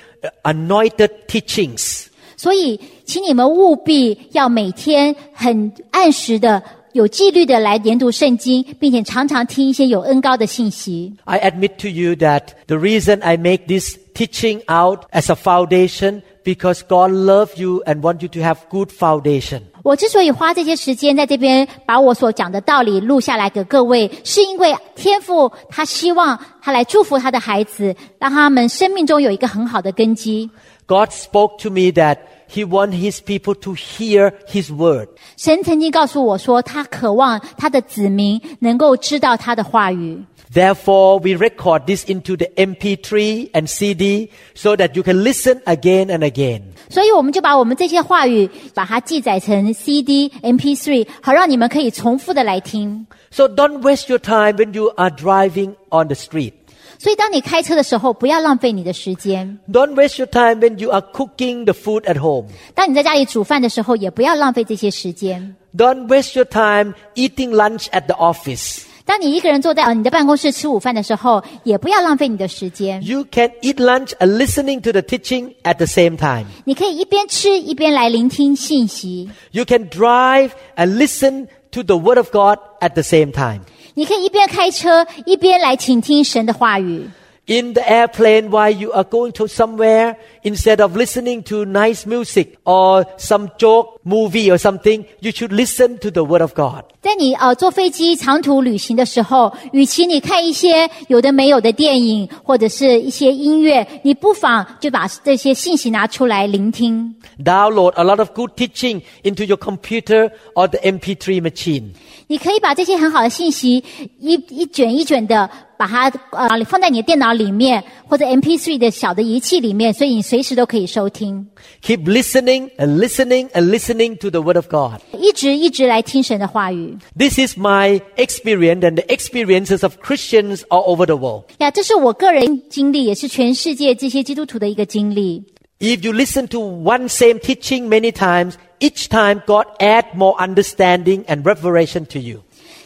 [SPEAKER 2] uh, anointed teachings.
[SPEAKER 3] 所以，请你们务必要每天很按时的、有纪律的来研读圣经，并且常常听一些有恩高的信息。
[SPEAKER 2] I admit to you that the reason I make this teaching out as a foundation because God loves you and wants you to have good foundation.
[SPEAKER 3] 我之所以花这些时间在这边把我所讲的道理录下来给各位，是因为天父他希望他来祝福他的孩子，让他们生命中有一个很好的根基。
[SPEAKER 2] God spoke to me that He wants His people to hear His word.
[SPEAKER 3] 神曾经告诉我说，他渴望他的子民能够知道他的话语。
[SPEAKER 2] Therefore, we record this into the MP3 and CD so that you can listen again and again.
[SPEAKER 3] 所以我们就把我们这些话语，把它记载成 CD、MP3，好让你们可以重复的来听。
[SPEAKER 2] So don't waste your time when you are driving on the street.
[SPEAKER 3] 所以当你开车的时候，不要浪费你的时间；
[SPEAKER 2] Don't waste your time when you are cooking the food at home.
[SPEAKER 3] 当你在家里煮饭的时候，也不要浪费这些时间；
[SPEAKER 2] Don't waste your time eating lunch at the office.
[SPEAKER 3] 当你一个人坐在呃你的办公室吃午饭的时候，也不要浪费你的时间。
[SPEAKER 2] You can eat lunch and listening to the teaching at the same time.
[SPEAKER 3] 你可以一边吃一边来聆听信息，
[SPEAKER 2] You can drive and listen to the word of God at the same time.
[SPEAKER 3] 你可以一边开车一边来倾听神的话语。
[SPEAKER 2] In the airplane while you are going to somewhere, instead of listening to nice music or some joke movie or something, you should listen to the word of God.
[SPEAKER 3] 在你呃坐飞机长途旅行的时候，与其你看一些有的没有的电影或者是一些音乐，你不妨就把这些信息拿出来聆听。
[SPEAKER 2] Download a lot of good teaching into your computer or the MP3 machine.
[SPEAKER 3] 你可以把这些很好的信息一一卷一卷的把它呃放在你的电脑里面或者 MP3 的小的仪器里面，所以你随时都可以收听，
[SPEAKER 2] Keep listening and listening and listening to the Word of God.
[SPEAKER 3] 一直一直来听神的话语
[SPEAKER 2] This is my experience and the experiences of Christians all over the world.
[SPEAKER 3] 呀。这是我个人经历，也是全世界这些基督徒的一个经历。
[SPEAKER 2] If you listen to one same teaching many times, each time God add more understanding and revelation to you.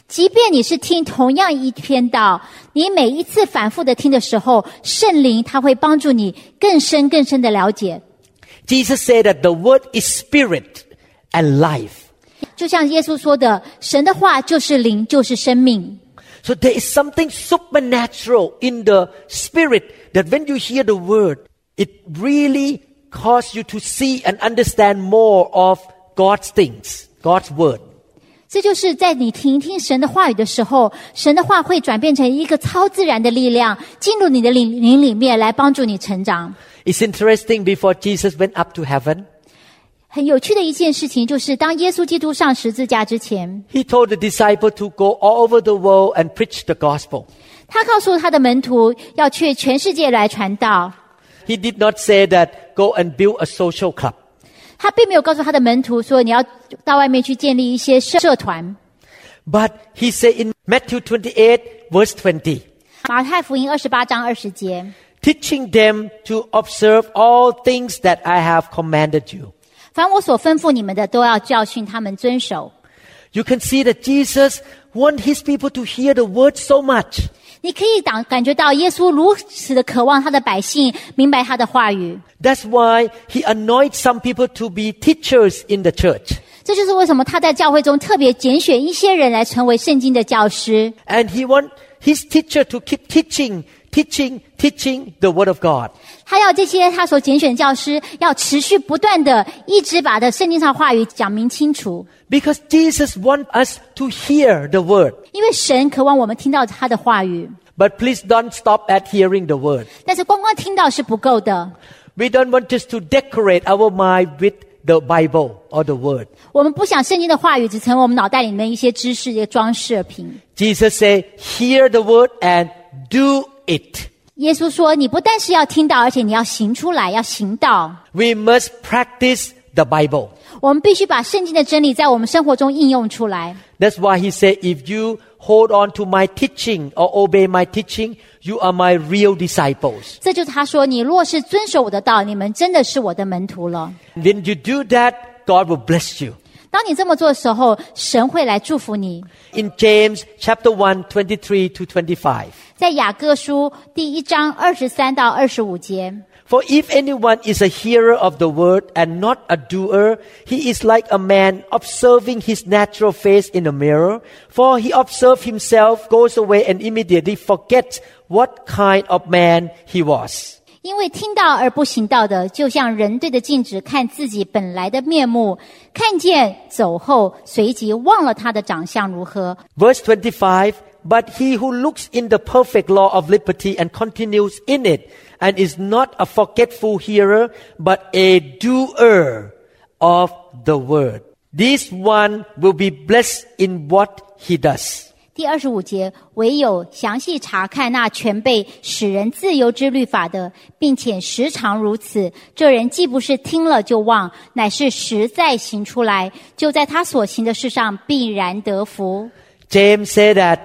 [SPEAKER 3] 即便你是听同样一篇道，你每一次反复的听的时候，圣灵他会帮助你更深更深的了解。
[SPEAKER 2] Jesus said that the Word is spirit and life.
[SPEAKER 3] 就像耶稣说的，神的话就是灵，就是生命。
[SPEAKER 2] So there is something supernatural in the spirit that when you hear the Word, it really causes you to see and understand more of God's things, God's Word.
[SPEAKER 3] 这就是在你听一听神的话语的时候，神的话会转变成一个超自然的力量，进入你的灵灵里面来帮助你成长。
[SPEAKER 2] It's interesting before Jesus went up to heaven,
[SPEAKER 3] 很有趣的一件事情就是，当耶稣基督上十字架之前，
[SPEAKER 2] he told the disciple to go all over the world and preach the gospel.
[SPEAKER 3] 他告诉他的门徒要去全世界来传道。
[SPEAKER 2] He did not say that go and build a social club.
[SPEAKER 3] 他并没有告诉他的门徒说你要到外面去建立一些社社团。
[SPEAKER 2] But he said in Matthew 28 verse 20,
[SPEAKER 3] 马太福音二十八章二十节，
[SPEAKER 2] teaching them to observe all things that I have commanded you.
[SPEAKER 3] 凡我所吩咐你们的，都要教训他们遵守。
[SPEAKER 2] You can see that Jesus want his people to hear the word so much.
[SPEAKER 3] 你可以感感觉到耶稣如此的渴望他的百姓明白他的话语，
[SPEAKER 2] That's why he anoints some people to be teachers in the church.
[SPEAKER 3] 这就是为什么他在教会中特别拣选一些人来成为圣经的教师。
[SPEAKER 2] And he want his teacher to keep teaching, teaching, teaching the word of God.
[SPEAKER 3] 他要这些他所拣选的教师要持续不断的，一直把的圣经上话语讲明清楚，
[SPEAKER 2] Because Jesus want us to hear the word.
[SPEAKER 3] 因为神渴望我们听到他的话语。
[SPEAKER 2] But please don't stop at hearing the word.
[SPEAKER 3] 但是光光听到是不够的，
[SPEAKER 2] We don't want just to decorate our mind with the Bible or the word.
[SPEAKER 3] 我们不想圣经的话语只成为我们脑袋里面一些知识、一个装饰品。
[SPEAKER 2] Jesus said, hear the word and do it.
[SPEAKER 3] 耶稣说：“你不但是要听到，而且你要行出来，要行道。
[SPEAKER 2] We must practice the Bible.
[SPEAKER 3] 我们必须把圣经的真理在我们生活中应用出来。
[SPEAKER 2] That's why he said, if you hold on to my teaching or obey my teaching, you are my real disciples.
[SPEAKER 3] 这就是他说：‘你若是遵守我的道，你们真的是我的门徒了。
[SPEAKER 2] When you do that, God will bless you. ’
[SPEAKER 3] 当你这么做的时候，神会来祝福你。
[SPEAKER 2] In James chapter 1, 23 to 25.
[SPEAKER 3] 在雅各书第一章二十三到二十五节，
[SPEAKER 2] For if anyone is a hearer of the word and not a doer, he is like a man observing his natural face in a mirror. For he observes himself, goes away, and immediately forgets what kind of man he was.
[SPEAKER 3] 因为听到而不行道的，就像人对着镜子看自己本来的面目，看见走后，随即忘了他的长相如何。
[SPEAKER 2] Verse 25 But he who looks in the perfect law of liberty and continues in it, and is not a forgetful hearer, but a doer of the word, this one will be blessed in what he does.
[SPEAKER 3] 第二十五节，唯有详细查看那全被使人自由之律法的，并且时常如此，这人既不是听了就忘，乃是实在行出来，就在他所行的事上必然得福。
[SPEAKER 2] James said that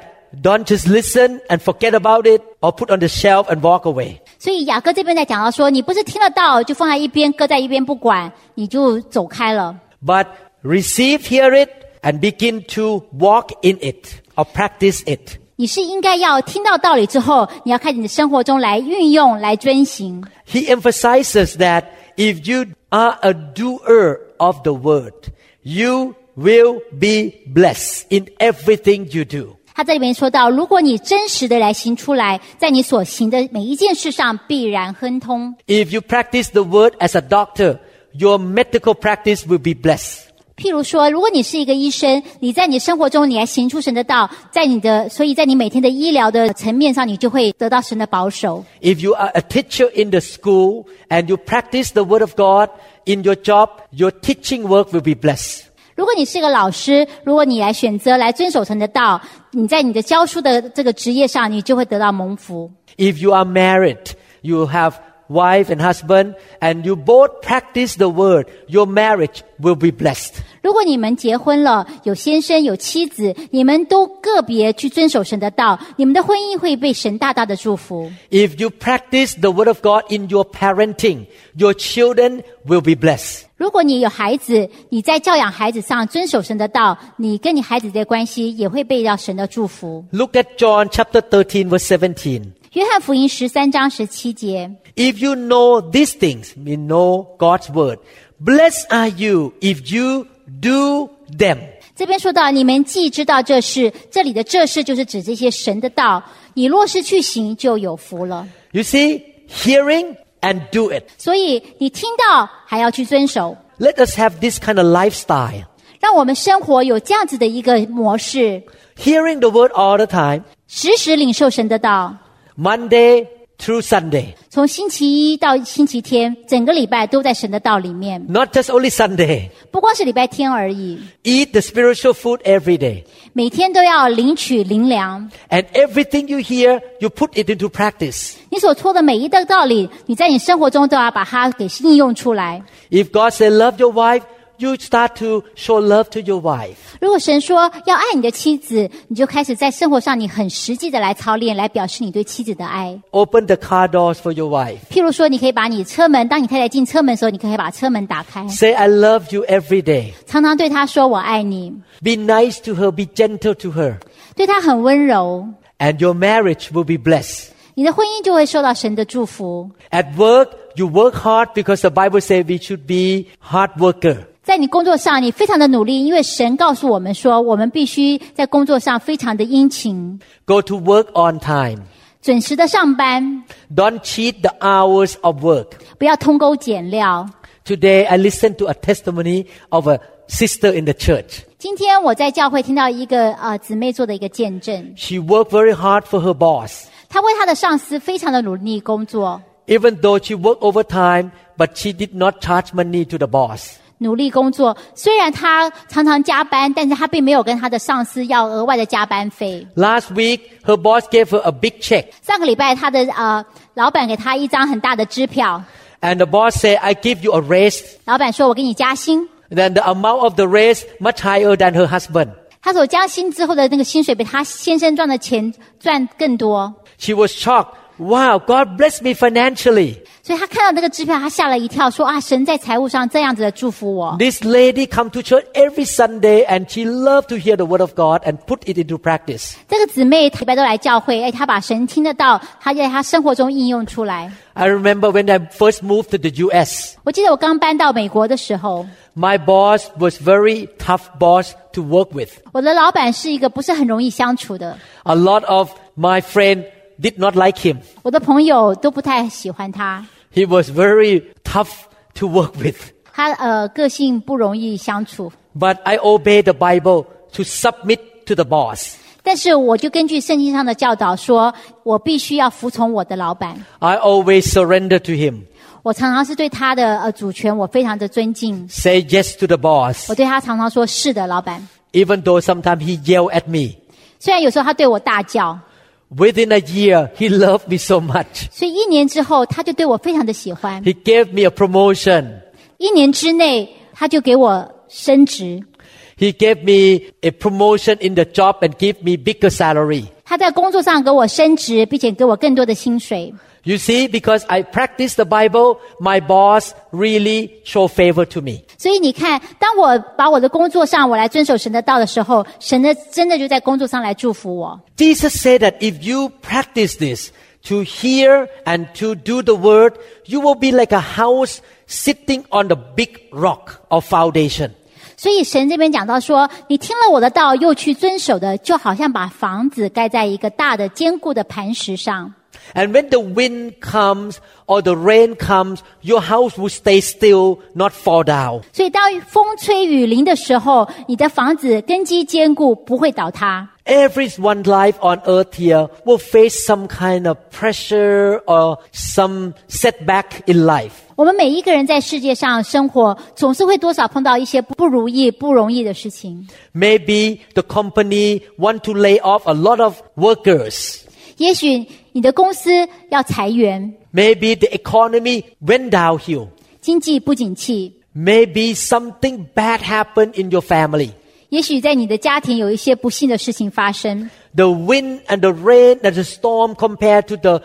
[SPEAKER 2] don't just listen and forget about it or put on the shelf and walk away.
[SPEAKER 3] 所以雅各这边在讲到说，你不是听得到就放在一边，搁在一边不管，你就走开了，
[SPEAKER 2] but receive, hear it, and begin to walk in it or practice it.
[SPEAKER 3] 你是应该要听到道理之后，你要开始你的生活中来运用、来遵行。
[SPEAKER 2] He emphasizes that if you are a doer of the word, you will be blessed in everything you do.
[SPEAKER 3] 他在里面说到，如果你真实的来行出来，在你所行的每一件事上必然亨通。
[SPEAKER 2] If you practice the word as a doctor, your medical practice will be blessed.
[SPEAKER 3] 譬如说，如果你是一个医生，你在你生活中你来行出神的道，在你的，所以在你每天的医疗的层面上，你就会得到神的保守。
[SPEAKER 2] If you are a teacher in the school and you practice the word of God in your job, your teaching work will be blessed.
[SPEAKER 3] 如果你是一个老师，如果你来选择来遵守神的道，你在你的教书的这个职业上，你就会得到蒙福。
[SPEAKER 2] If you are married, you have wife and husband, and you both practice the word, your marriage will be blessed.
[SPEAKER 3] 如果你们结婚了，有先生有妻子，你们都个别去遵守神的道，你们的婚姻会被神大大的祝福。
[SPEAKER 2] If you practice the word of God in your parenting, your children will be blessed.
[SPEAKER 3] 如果你有孩子，你在教养孩子上遵守神的道，你跟你孩子的关系也会被到神的祝福。
[SPEAKER 2] Look at John chapter 13 verse 17.
[SPEAKER 3] 约翰福音十三章十七节，
[SPEAKER 2] If you know these things, we know God's word. Blessed are you if you do them.
[SPEAKER 3] 这边说到，你们既知道这事，这里的这事就是指这些神的道，你若是去行，就有福了。
[SPEAKER 2] You see, hearing and do it.
[SPEAKER 3] 所以你听到还要去遵守，
[SPEAKER 2] Let us have this kind of lifestyle.
[SPEAKER 3] 让我们生活有这样子的一个模式，
[SPEAKER 2] Hearing the word all the time,
[SPEAKER 3] 时时领受神的道，
[SPEAKER 2] Monday through Sunday.
[SPEAKER 3] 从星期一到星期天，整个礼拜都在神的道里面，
[SPEAKER 2] Not just only Sunday.
[SPEAKER 3] 不光是礼拜天而已。
[SPEAKER 2] Eat the spiritual food every day.
[SPEAKER 3] 每天都要领取灵粮，
[SPEAKER 2] And everything you hear, you put it into practice.
[SPEAKER 3] 你所说的每一个道理，你在你生活中都要把它给应用出来。
[SPEAKER 2] If God says love your wife, you start to show love to your wife.
[SPEAKER 3] 如果神说要爱你的妻子，你就开始在生活上你很实际的来操练，来表示你对妻子的爱。
[SPEAKER 2] Open the car doors for your wife.
[SPEAKER 3] 譬如说，你可以把你车门，当你太太进车门的时候，你可以把车门打开，
[SPEAKER 2] Say I love you every day.
[SPEAKER 3] 常常对她说“我爱你
[SPEAKER 2] Be nice to her, be gentle to her. ”，
[SPEAKER 3] 对她很温柔，
[SPEAKER 2] And your marriage will be blessed.
[SPEAKER 3] 你的婚姻就会受到神的祝福。
[SPEAKER 2] At work, you work hard because the Bible says we should be hard worker.
[SPEAKER 3] 在你工作上，你非常的努力，因为神告诉我们说，我们必须在工作上非常的殷勤，
[SPEAKER 2] Go to work on time.
[SPEAKER 3] 准时的上班，
[SPEAKER 2] Don't cheat the hours of work.
[SPEAKER 3] 不要偷工减料。
[SPEAKER 2] Today, I listened to a testimony of a sister in the church.
[SPEAKER 3] 今天我在教会听到一个呃姊妹做的一个见证，
[SPEAKER 2] She worked very hard for her boss.
[SPEAKER 3] 她为她的上司非常的努力工作，
[SPEAKER 2] Even though she worked overtime, but she did not charge money to the boss.
[SPEAKER 3] 努力工作。虽然她常常加班，但是她并没有跟她的上司要额外的加班费。
[SPEAKER 2] Last week, her boss gave her a big check,
[SPEAKER 3] 上个礼拜，她的呃老板给她一张很大的支票，
[SPEAKER 2] and the boss said, I give you a raise.
[SPEAKER 3] 老板说我给你加薪。
[SPEAKER 2] Then the amount of the raise much higher than her husband.
[SPEAKER 3] 她所加薪之后的那个薪水比她先生赚的钱赚更多，
[SPEAKER 2] She was shocked. Wow, God bless me financially.
[SPEAKER 3] 所以她看到那个支票，她吓了一跳，说啊，神在财务上这样子的祝福我。
[SPEAKER 2] This lady come to church every Sunday and she loved to hear the word of God and put it into practice.
[SPEAKER 3] 这个姊妹礼拜都来教会，哎，她把神听得到，她在她生活中应用出来。
[SPEAKER 2] I remember when I first moved to the US,
[SPEAKER 3] 我记得我刚搬到美国的时候，
[SPEAKER 2] My boss was very tough boss to work with.
[SPEAKER 3] 我的老板是一个不是很容易相处的，
[SPEAKER 2] A lot of my friend did not like him.
[SPEAKER 3] 我的朋友都不太喜欢他，
[SPEAKER 2] He was very tough to work with.
[SPEAKER 3] 他呃个性不容易相处。
[SPEAKER 2] But I obey the Bible to submit to the boss.
[SPEAKER 3] 但是我就根据圣经上的教导说，我必须要服从我的老板。
[SPEAKER 2] I always surrender to him.
[SPEAKER 3] 我常常是对他的呃主权，我非常的尊敬。
[SPEAKER 2] Say yes to the boss.
[SPEAKER 3] 我对他常常说：“是的，老板。
[SPEAKER 2] Even though sometimes he yelled at me. ”
[SPEAKER 3] 虽然有时候他对我大叫，
[SPEAKER 2] Within a year, he loved me so much.
[SPEAKER 3] 所以一年之后他就对我非常的喜欢。
[SPEAKER 2] He gave me a promotion.
[SPEAKER 3] 一年之内他就给我升职，
[SPEAKER 2] He gave me a promotion in the job and gave me bigger salary.
[SPEAKER 3] 他在工作上给我升职，并且给我更多的薪水。
[SPEAKER 2] You see, because I practice the Bible, my boss really show favor to me.
[SPEAKER 3] 所以你看，当我把我的工作上我来遵守神的道的时候，神的真的就在工作上来祝福我。
[SPEAKER 2] Jesus said that if you practice this to hear and to do the word, you will be like a house sitting on the big rock or foundation.
[SPEAKER 3] 所以神这边讲到说，你听了我的道又去遵守的，就好像把房子盖在一个大的坚固的磐石上。
[SPEAKER 2] And when the wind comes or the rain comes, your house will stay still, not fall down.
[SPEAKER 3] 所以当风吹雨淋的时候，你的房子根基坚固，不会倒塌。
[SPEAKER 2] Everyone life on earth here will face some kind of pressure or some setback in life.
[SPEAKER 3] 我们每一个人在世界上生活，总是会多少碰到一些不如意、不容易的事情。
[SPEAKER 2] Maybe the company want to lay off a lot of workers.
[SPEAKER 3] 也许你的公司要裁员，
[SPEAKER 2] Maybe the economy went downhill.
[SPEAKER 3] 经济不景气，
[SPEAKER 2] Maybe something bad happened in your family.
[SPEAKER 3] 也许在你的家庭有一些不幸的事情发生。
[SPEAKER 2] The wind and the rain and the storm compared to the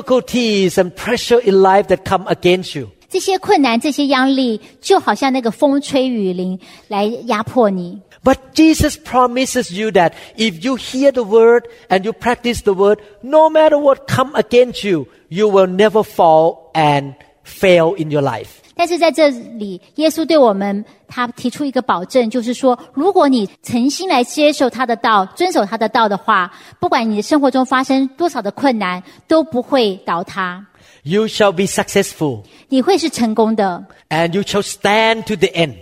[SPEAKER 2] difficulties and pressure in life that come against you.
[SPEAKER 3] 这些困难、这些压力，就好像那个风吹雨淋来压迫你。
[SPEAKER 2] But Jesus promises you that if you hear the word and you practice the word, no matter what come against you, you will never fall and fail in your life.
[SPEAKER 3] 但是在这里，耶稣对我们他提出一个保证，就是说，如果你诚心来接受他的道，遵守他的道的话，不管你的生活中发生多少的困难，都不会倒塌，
[SPEAKER 2] You shall be successful
[SPEAKER 3] 你会是成功的，
[SPEAKER 2] and you shall stand to the end.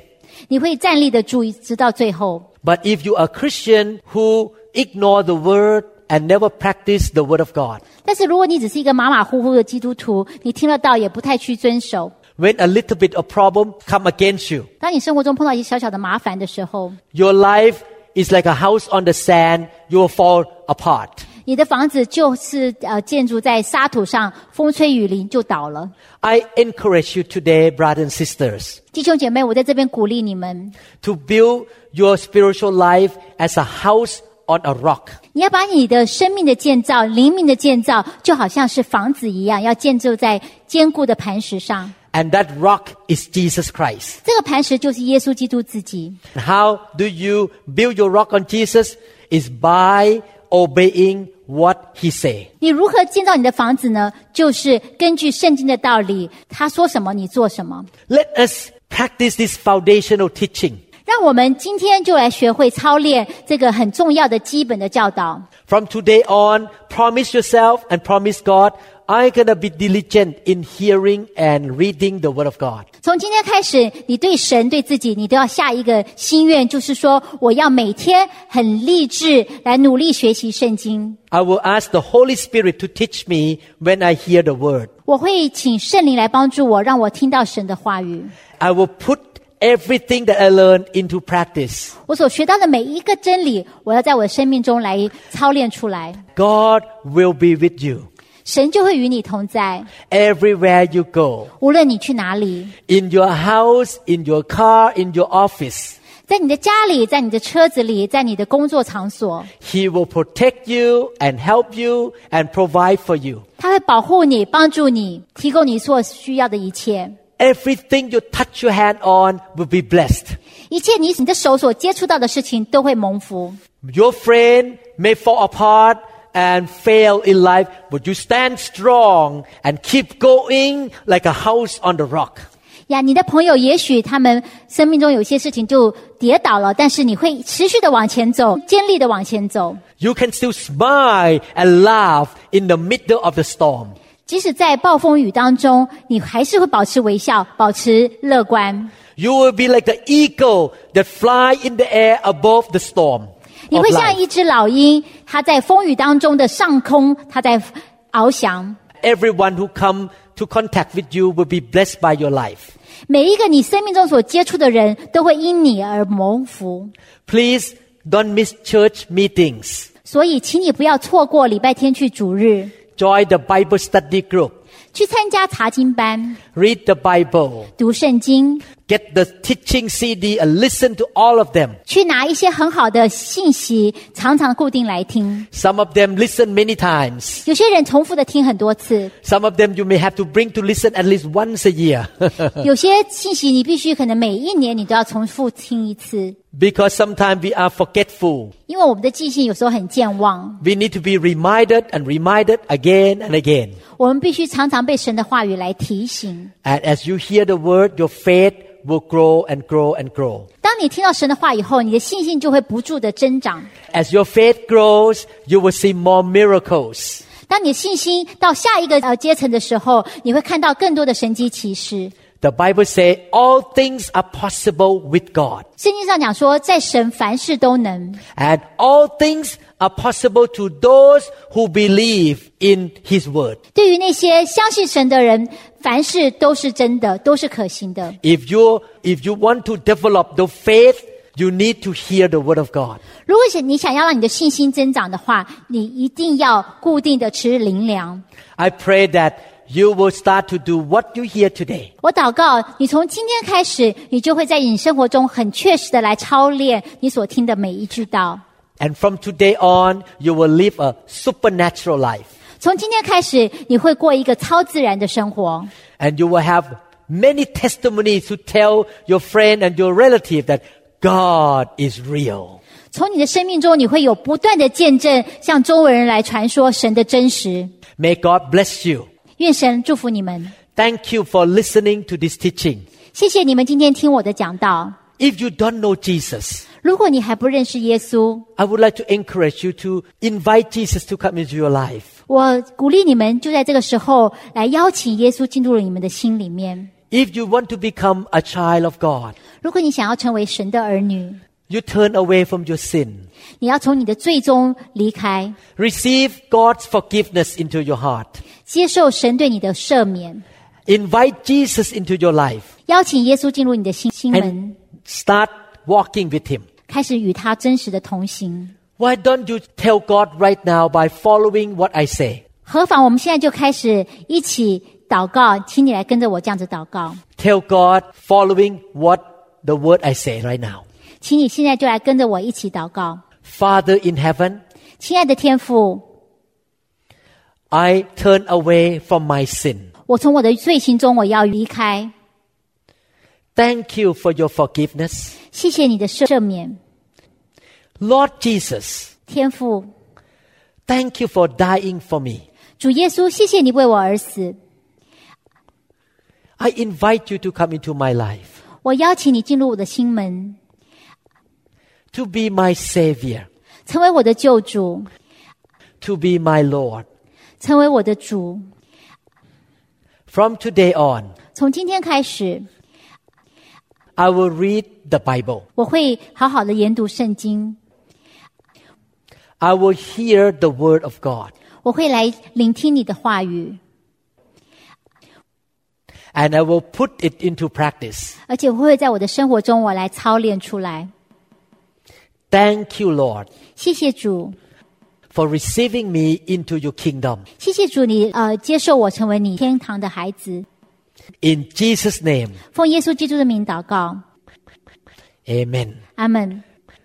[SPEAKER 3] 你会站立得住，直到最后。
[SPEAKER 2] But if you are a Christian who ignore the word and never practice the word of God,
[SPEAKER 3] 但是如果你只是一个马马虎虎的基督徒，你听了道也不太去遵守，
[SPEAKER 2] when a little bit of problem come against you,
[SPEAKER 3] 当你生活中碰到一些小小的麻烦的时候，
[SPEAKER 2] your life is like a house on the sand. You will fall apart.
[SPEAKER 3] 你的房子就是呃建筑在沙土上，风吹雨淋就倒了。
[SPEAKER 2] I encourage you today, brothers and sisters,
[SPEAKER 3] 弟兄姐妹，我在这边鼓励你们，
[SPEAKER 2] to build your spiritual life as a house on a rock.
[SPEAKER 3] 你要把你的生命的建造、灵命的建造，就好像是房子一样，要建筑在坚固的磐石上。
[SPEAKER 2] And that rock is Jesus Christ.
[SPEAKER 3] 这个磐石就是耶稣基督自己。
[SPEAKER 2] And How do you build your rock on Jesus? Is by obeying what he say.
[SPEAKER 3] 你如何建造你的房子呢？就是根据圣经的道理，他说什么你做什么。
[SPEAKER 2] Let us practice this foundational teaching.
[SPEAKER 3] 让我们今天就来学会操练这个很重要的基本的教导。
[SPEAKER 2] From today on, promise yourself and promise God, I'm gonna be diligent in hearing and reading the word of God.
[SPEAKER 3] 从今天开始，你对神、对自己，你都要下一个心愿，就是说，我要每天很励志来努力学习圣经。
[SPEAKER 2] I will ask the Holy Spirit to teach me when I hear the word.
[SPEAKER 3] 我会请圣灵来帮助我，让我听到神的话语。
[SPEAKER 2] I will put everything that I learned into practice.
[SPEAKER 3] 我所学到的每一个真理，我要在我的生命中来操练出来。
[SPEAKER 2] God will be with you
[SPEAKER 3] 神就会与你同在，
[SPEAKER 2] everywhere you go.
[SPEAKER 3] 无论你去哪里，
[SPEAKER 2] In your house, in your car, in your office.
[SPEAKER 3] 在你的家里，在你的车子里，在你的工作场所，
[SPEAKER 2] He will protect you and help you and provide for you.
[SPEAKER 3] 他会保护你，帮助你，提供你所需要的一切。
[SPEAKER 2] Everything you touch your hand on will be blessed.
[SPEAKER 3] 一切你你的手所接触到的事情都会蒙福。
[SPEAKER 2] Your friend may fall apart and fail in life, but you stand strong and keep going like a house on the rock.
[SPEAKER 3] 呀，你的朋友也许他们生命中有些事情就跌倒了，但是你会持续的往前走，坚立的往前走。
[SPEAKER 2] You can still smile and laugh in the middle of the storm.
[SPEAKER 3] 即使在暴风雨当中，你还是会保持微笑，保持乐观。
[SPEAKER 2] You will be like the eagle that fly in the air above the storm.
[SPEAKER 3] 你
[SPEAKER 2] of
[SPEAKER 3] 会像
[SPEAKER 2] life.
[SPEAKER 3] 一只老鹰，它在风雨当中的上空，它在翱翔。
[SPEAKER 2] Everyone who come to contact with you will be blessed by your life.
[SPEAKER 3] 每一个你生命中所接触的人都会因你而蒙福。
[SPEAKER 2] Please don't miss church meetings.
[SPEAKER 3] 所以，请你不要错过礼拜天去主日，
[SPEAKER 2] Join the Bible study group.
[SPEAKER 3] 去参加查经班，
[SPEAKER 2] Read the Bible.
[SPEAKER 3] 读圣经，
[SPEAKER 2] Get the teaching CD and listen to all of them.
[SPEAKER 3] 去拿一些很好的信息，常常固定来听。
[SPEAKER 2] Some of them listen many times.
[SPEAKER 3] 有些人重复的听很多次，
[SPEAKER 2] Some of them you may have to bring to listen at least once a year.
[SPEAKER 3] 有些信息你必须可能每一年你都要重复听一次，
[SPEAKER 2] because sometimes we are forgetful.
[SPEAKER 3] 因为我们的记性有时候很健忘，
[SPEAKER 2] We need to be reminded and reminded again and again.
[SPEAKER 3] 我们必须常常被神的话语来提醒。
[SPEAKER 2] And as you hear the word, your faith will grow and grow and grow.
[SPEAKER 3] 当你听到神的话以后，你的信心就会不住的增长。
[SPEAKER 2] As your faith grows, you will see more miracles.
[SPEAKER 3] 当你的信心到下一个呃阶层的时候，你会看到更多的神机骑士。
[SPEAKER 2] The Bible says all things are possible with God.
[SPEAKER 3] 圣经上讲说，在神凡事都能，
[SPEAKER 2] And all things are possible to those who believe in His word.
[SPEAKER 3] 对于那些相信神的人，凡事都是真的，都是可行的。
[SPEAKER 2] If you, if you want to develop the faith, you need to hear the word of God.
[SPEAKER 3] 如果想你想要让你的信心增长的话，你一定要固定的吃灵粮。
[SPEAKER 2] I pray that you will start to do what you hear today.
[SPEAKER 3] 我祷告，你从今天开始，你就会在你生活中很确实的来操练你所听的每一句道。
[SPEAKER 2] And from today on, you will live a supernatural life.
[SPEAKER 3] 从今天开始，你会过一个超自然的生活，
[SPEAKER 2] And you will have many testimonies to tell your friend and your relative that God is real.
[SPEAKER 3] 从你的生命中，你会有不断的见证，向周围人来传说神的真实。
[SPEAKER 2] May God bless you.
[SPEAKER 3] 愿神祝福你们，
[SPEAKER 2] Thank you for listening to this teaching.
[SPEAKER 3] 谢谢你们今天听我的讲道。
[SPEAKER 2] If you don't know Jesus,
[SPEAKER 3] 如果你还不认识耶稣，
[SPEAKER 2] I would like to encourage you to invite Jesus to come into your life.
[SPEAKER 3] 我鼓励你们就在这个时候来邀请耶稣进入了你们的心里面。
[SPEAKER 2] If you want to become a child of God,
[SPEAKER 3] 如果你想要成为神的儿女，
[SPEAKER 2] you turn away from your sin.
[SPEAKER 3] 你要从你的最终离开，
[SPEAKER 2] Receive God's forgiveness into your heart.
[SPEAKER 3] 接受神对你的赦免，
[SPEAKER 2] Invite Jesus into your life
[SPEAKER 3] 邀请耶稣进入你的心心门
[SPEAKER 2] and，start walking with Him.
[SPEAKER 3] 开始与他真实的同行。
[SPEAKER 2] Why don't you tell God right now by following what I say?
[SPEAKER 3] 何妨我们现在就开始一起祷告，请你来跟着我这样子祷告，
[SPEAKER 2] Tell God following what the word I say right now.
[SPEAKER 3] 请你现在就来跟着我一起祷告。
[SPEAKER 2] Father in heaven,
[SPEAKER 3] 亲爱的天父，
[SPEAKER 2] I turn away from my sin.
[SPEAKER 3] 我从我的罪行中我要离开，
[SPEAKER 2] Thank you for your forgiveness.
[SPEAKER 3] 谢谢你的赦免，
[SPEAKER 2] Lord Jesus,
[SPEAKER 3] 天父。
[SPEAKER 2] thank you for dying for me.
[SPEAKER 3] 主耶稣，谢谢你为我而死。
[SPEAKER 2] I invite you to come into my life,
[SPEAKER 3] 我邀请你进入我的心门，
[SPEAKER 2] to be my Savior,
[SPEAKER 3] 成为我的救主，
[SPEAKER 2] to be my Lord.
[SPEAKER 3] 成为我的主。
[SPEAKER 2] From today on,
[SPEAKER 3] 从今天开始，
[SPEAKER 2] I will read the Bible.
[SPEAKER 3] 我会好好的研读圣经，
[SPEAKER 2] I will hear the Word of God.
[SPEAKER 3] 我会来聆听你的话语，
[SPEAKER 2] and I will put it into practice.
[SPEAKER 3] 而且我会在我的生活中我来操练出来。
[SPEAKER 2] Thank you, Lord,
[SPEAKER 3] 谢谢主，
[SPEAKER 2] for receiving me into your kingdom.
[SPEAKER 3] 谢谢主你，呃接受我成为你天堂的孩子。
[SPEAKER 2] In Jesus' name,
[SPEAKER 3] 奉耶稣基督的名祷告，
[SPEAKER 2] amen.
[SPEAKER 3] 阿门。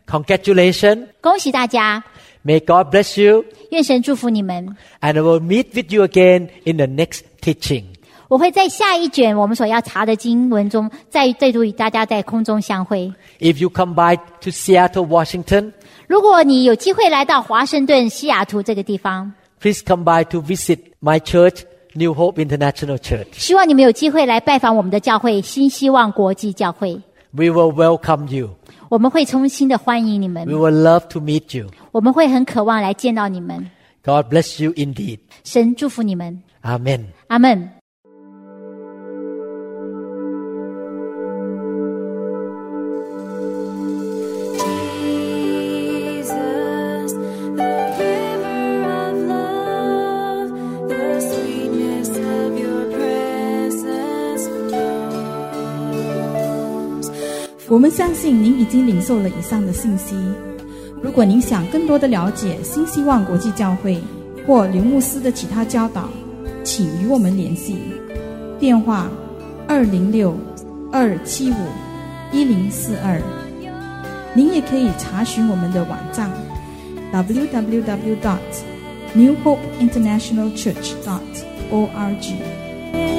[SPEAKER 2] Congratulations.
[SPEAKER 3] 恭喜大家，
[SPEAKER 2] May God bless you.
[SPEAKER 3] 愿神祝福你们。
[SPEAKER 2] And I will meet with you again in the next teaching.
[SPEAKER 3] 我会在下一卷我们所要查的经文中，再再度与大家在空中相会。
[SPEAKER 2] If you come by to Seattle, Washington,
[SPEAKER 3] 如果你有机会来到华盛顿、西雅图这个地方，
[SPEAKER 2] please come by to visit my church New Hope International Church.
[SPEAKER 3] 希望你们有机会来拜访我们的教会——新希望国际教会。
[SPEAKER 2] We will welcome you.
[SPEAKER 3] 我们会衷心的欢迎你
[SPEAKER 2] We
[SPEAKER 3] 们，
[SPEAKER 2] will love to meet you.
[SPEAKER 3] 我们会很渴望来见到你们。
[SPEAKER 2] God bless you indeed.
[SPEAKER 3] 神祝福你们，
[SPEAKER 2] Amen.
[SPEAKER 3] 阿门。
[SPEAKER 4] Jesus, the giver of love, the sweetness of your presence flows.
[SPEAKER 1] 我们相信您已经领受了以上的信息。如果您想更多的了解新希望国际教会或刘牧师的其他教导，请与我们联系，电话二零六二七五一零四二。您也可以查询我们的网站 www.dot newhopeinternationalchurch.dot org。
[SPEAKER 4] Thank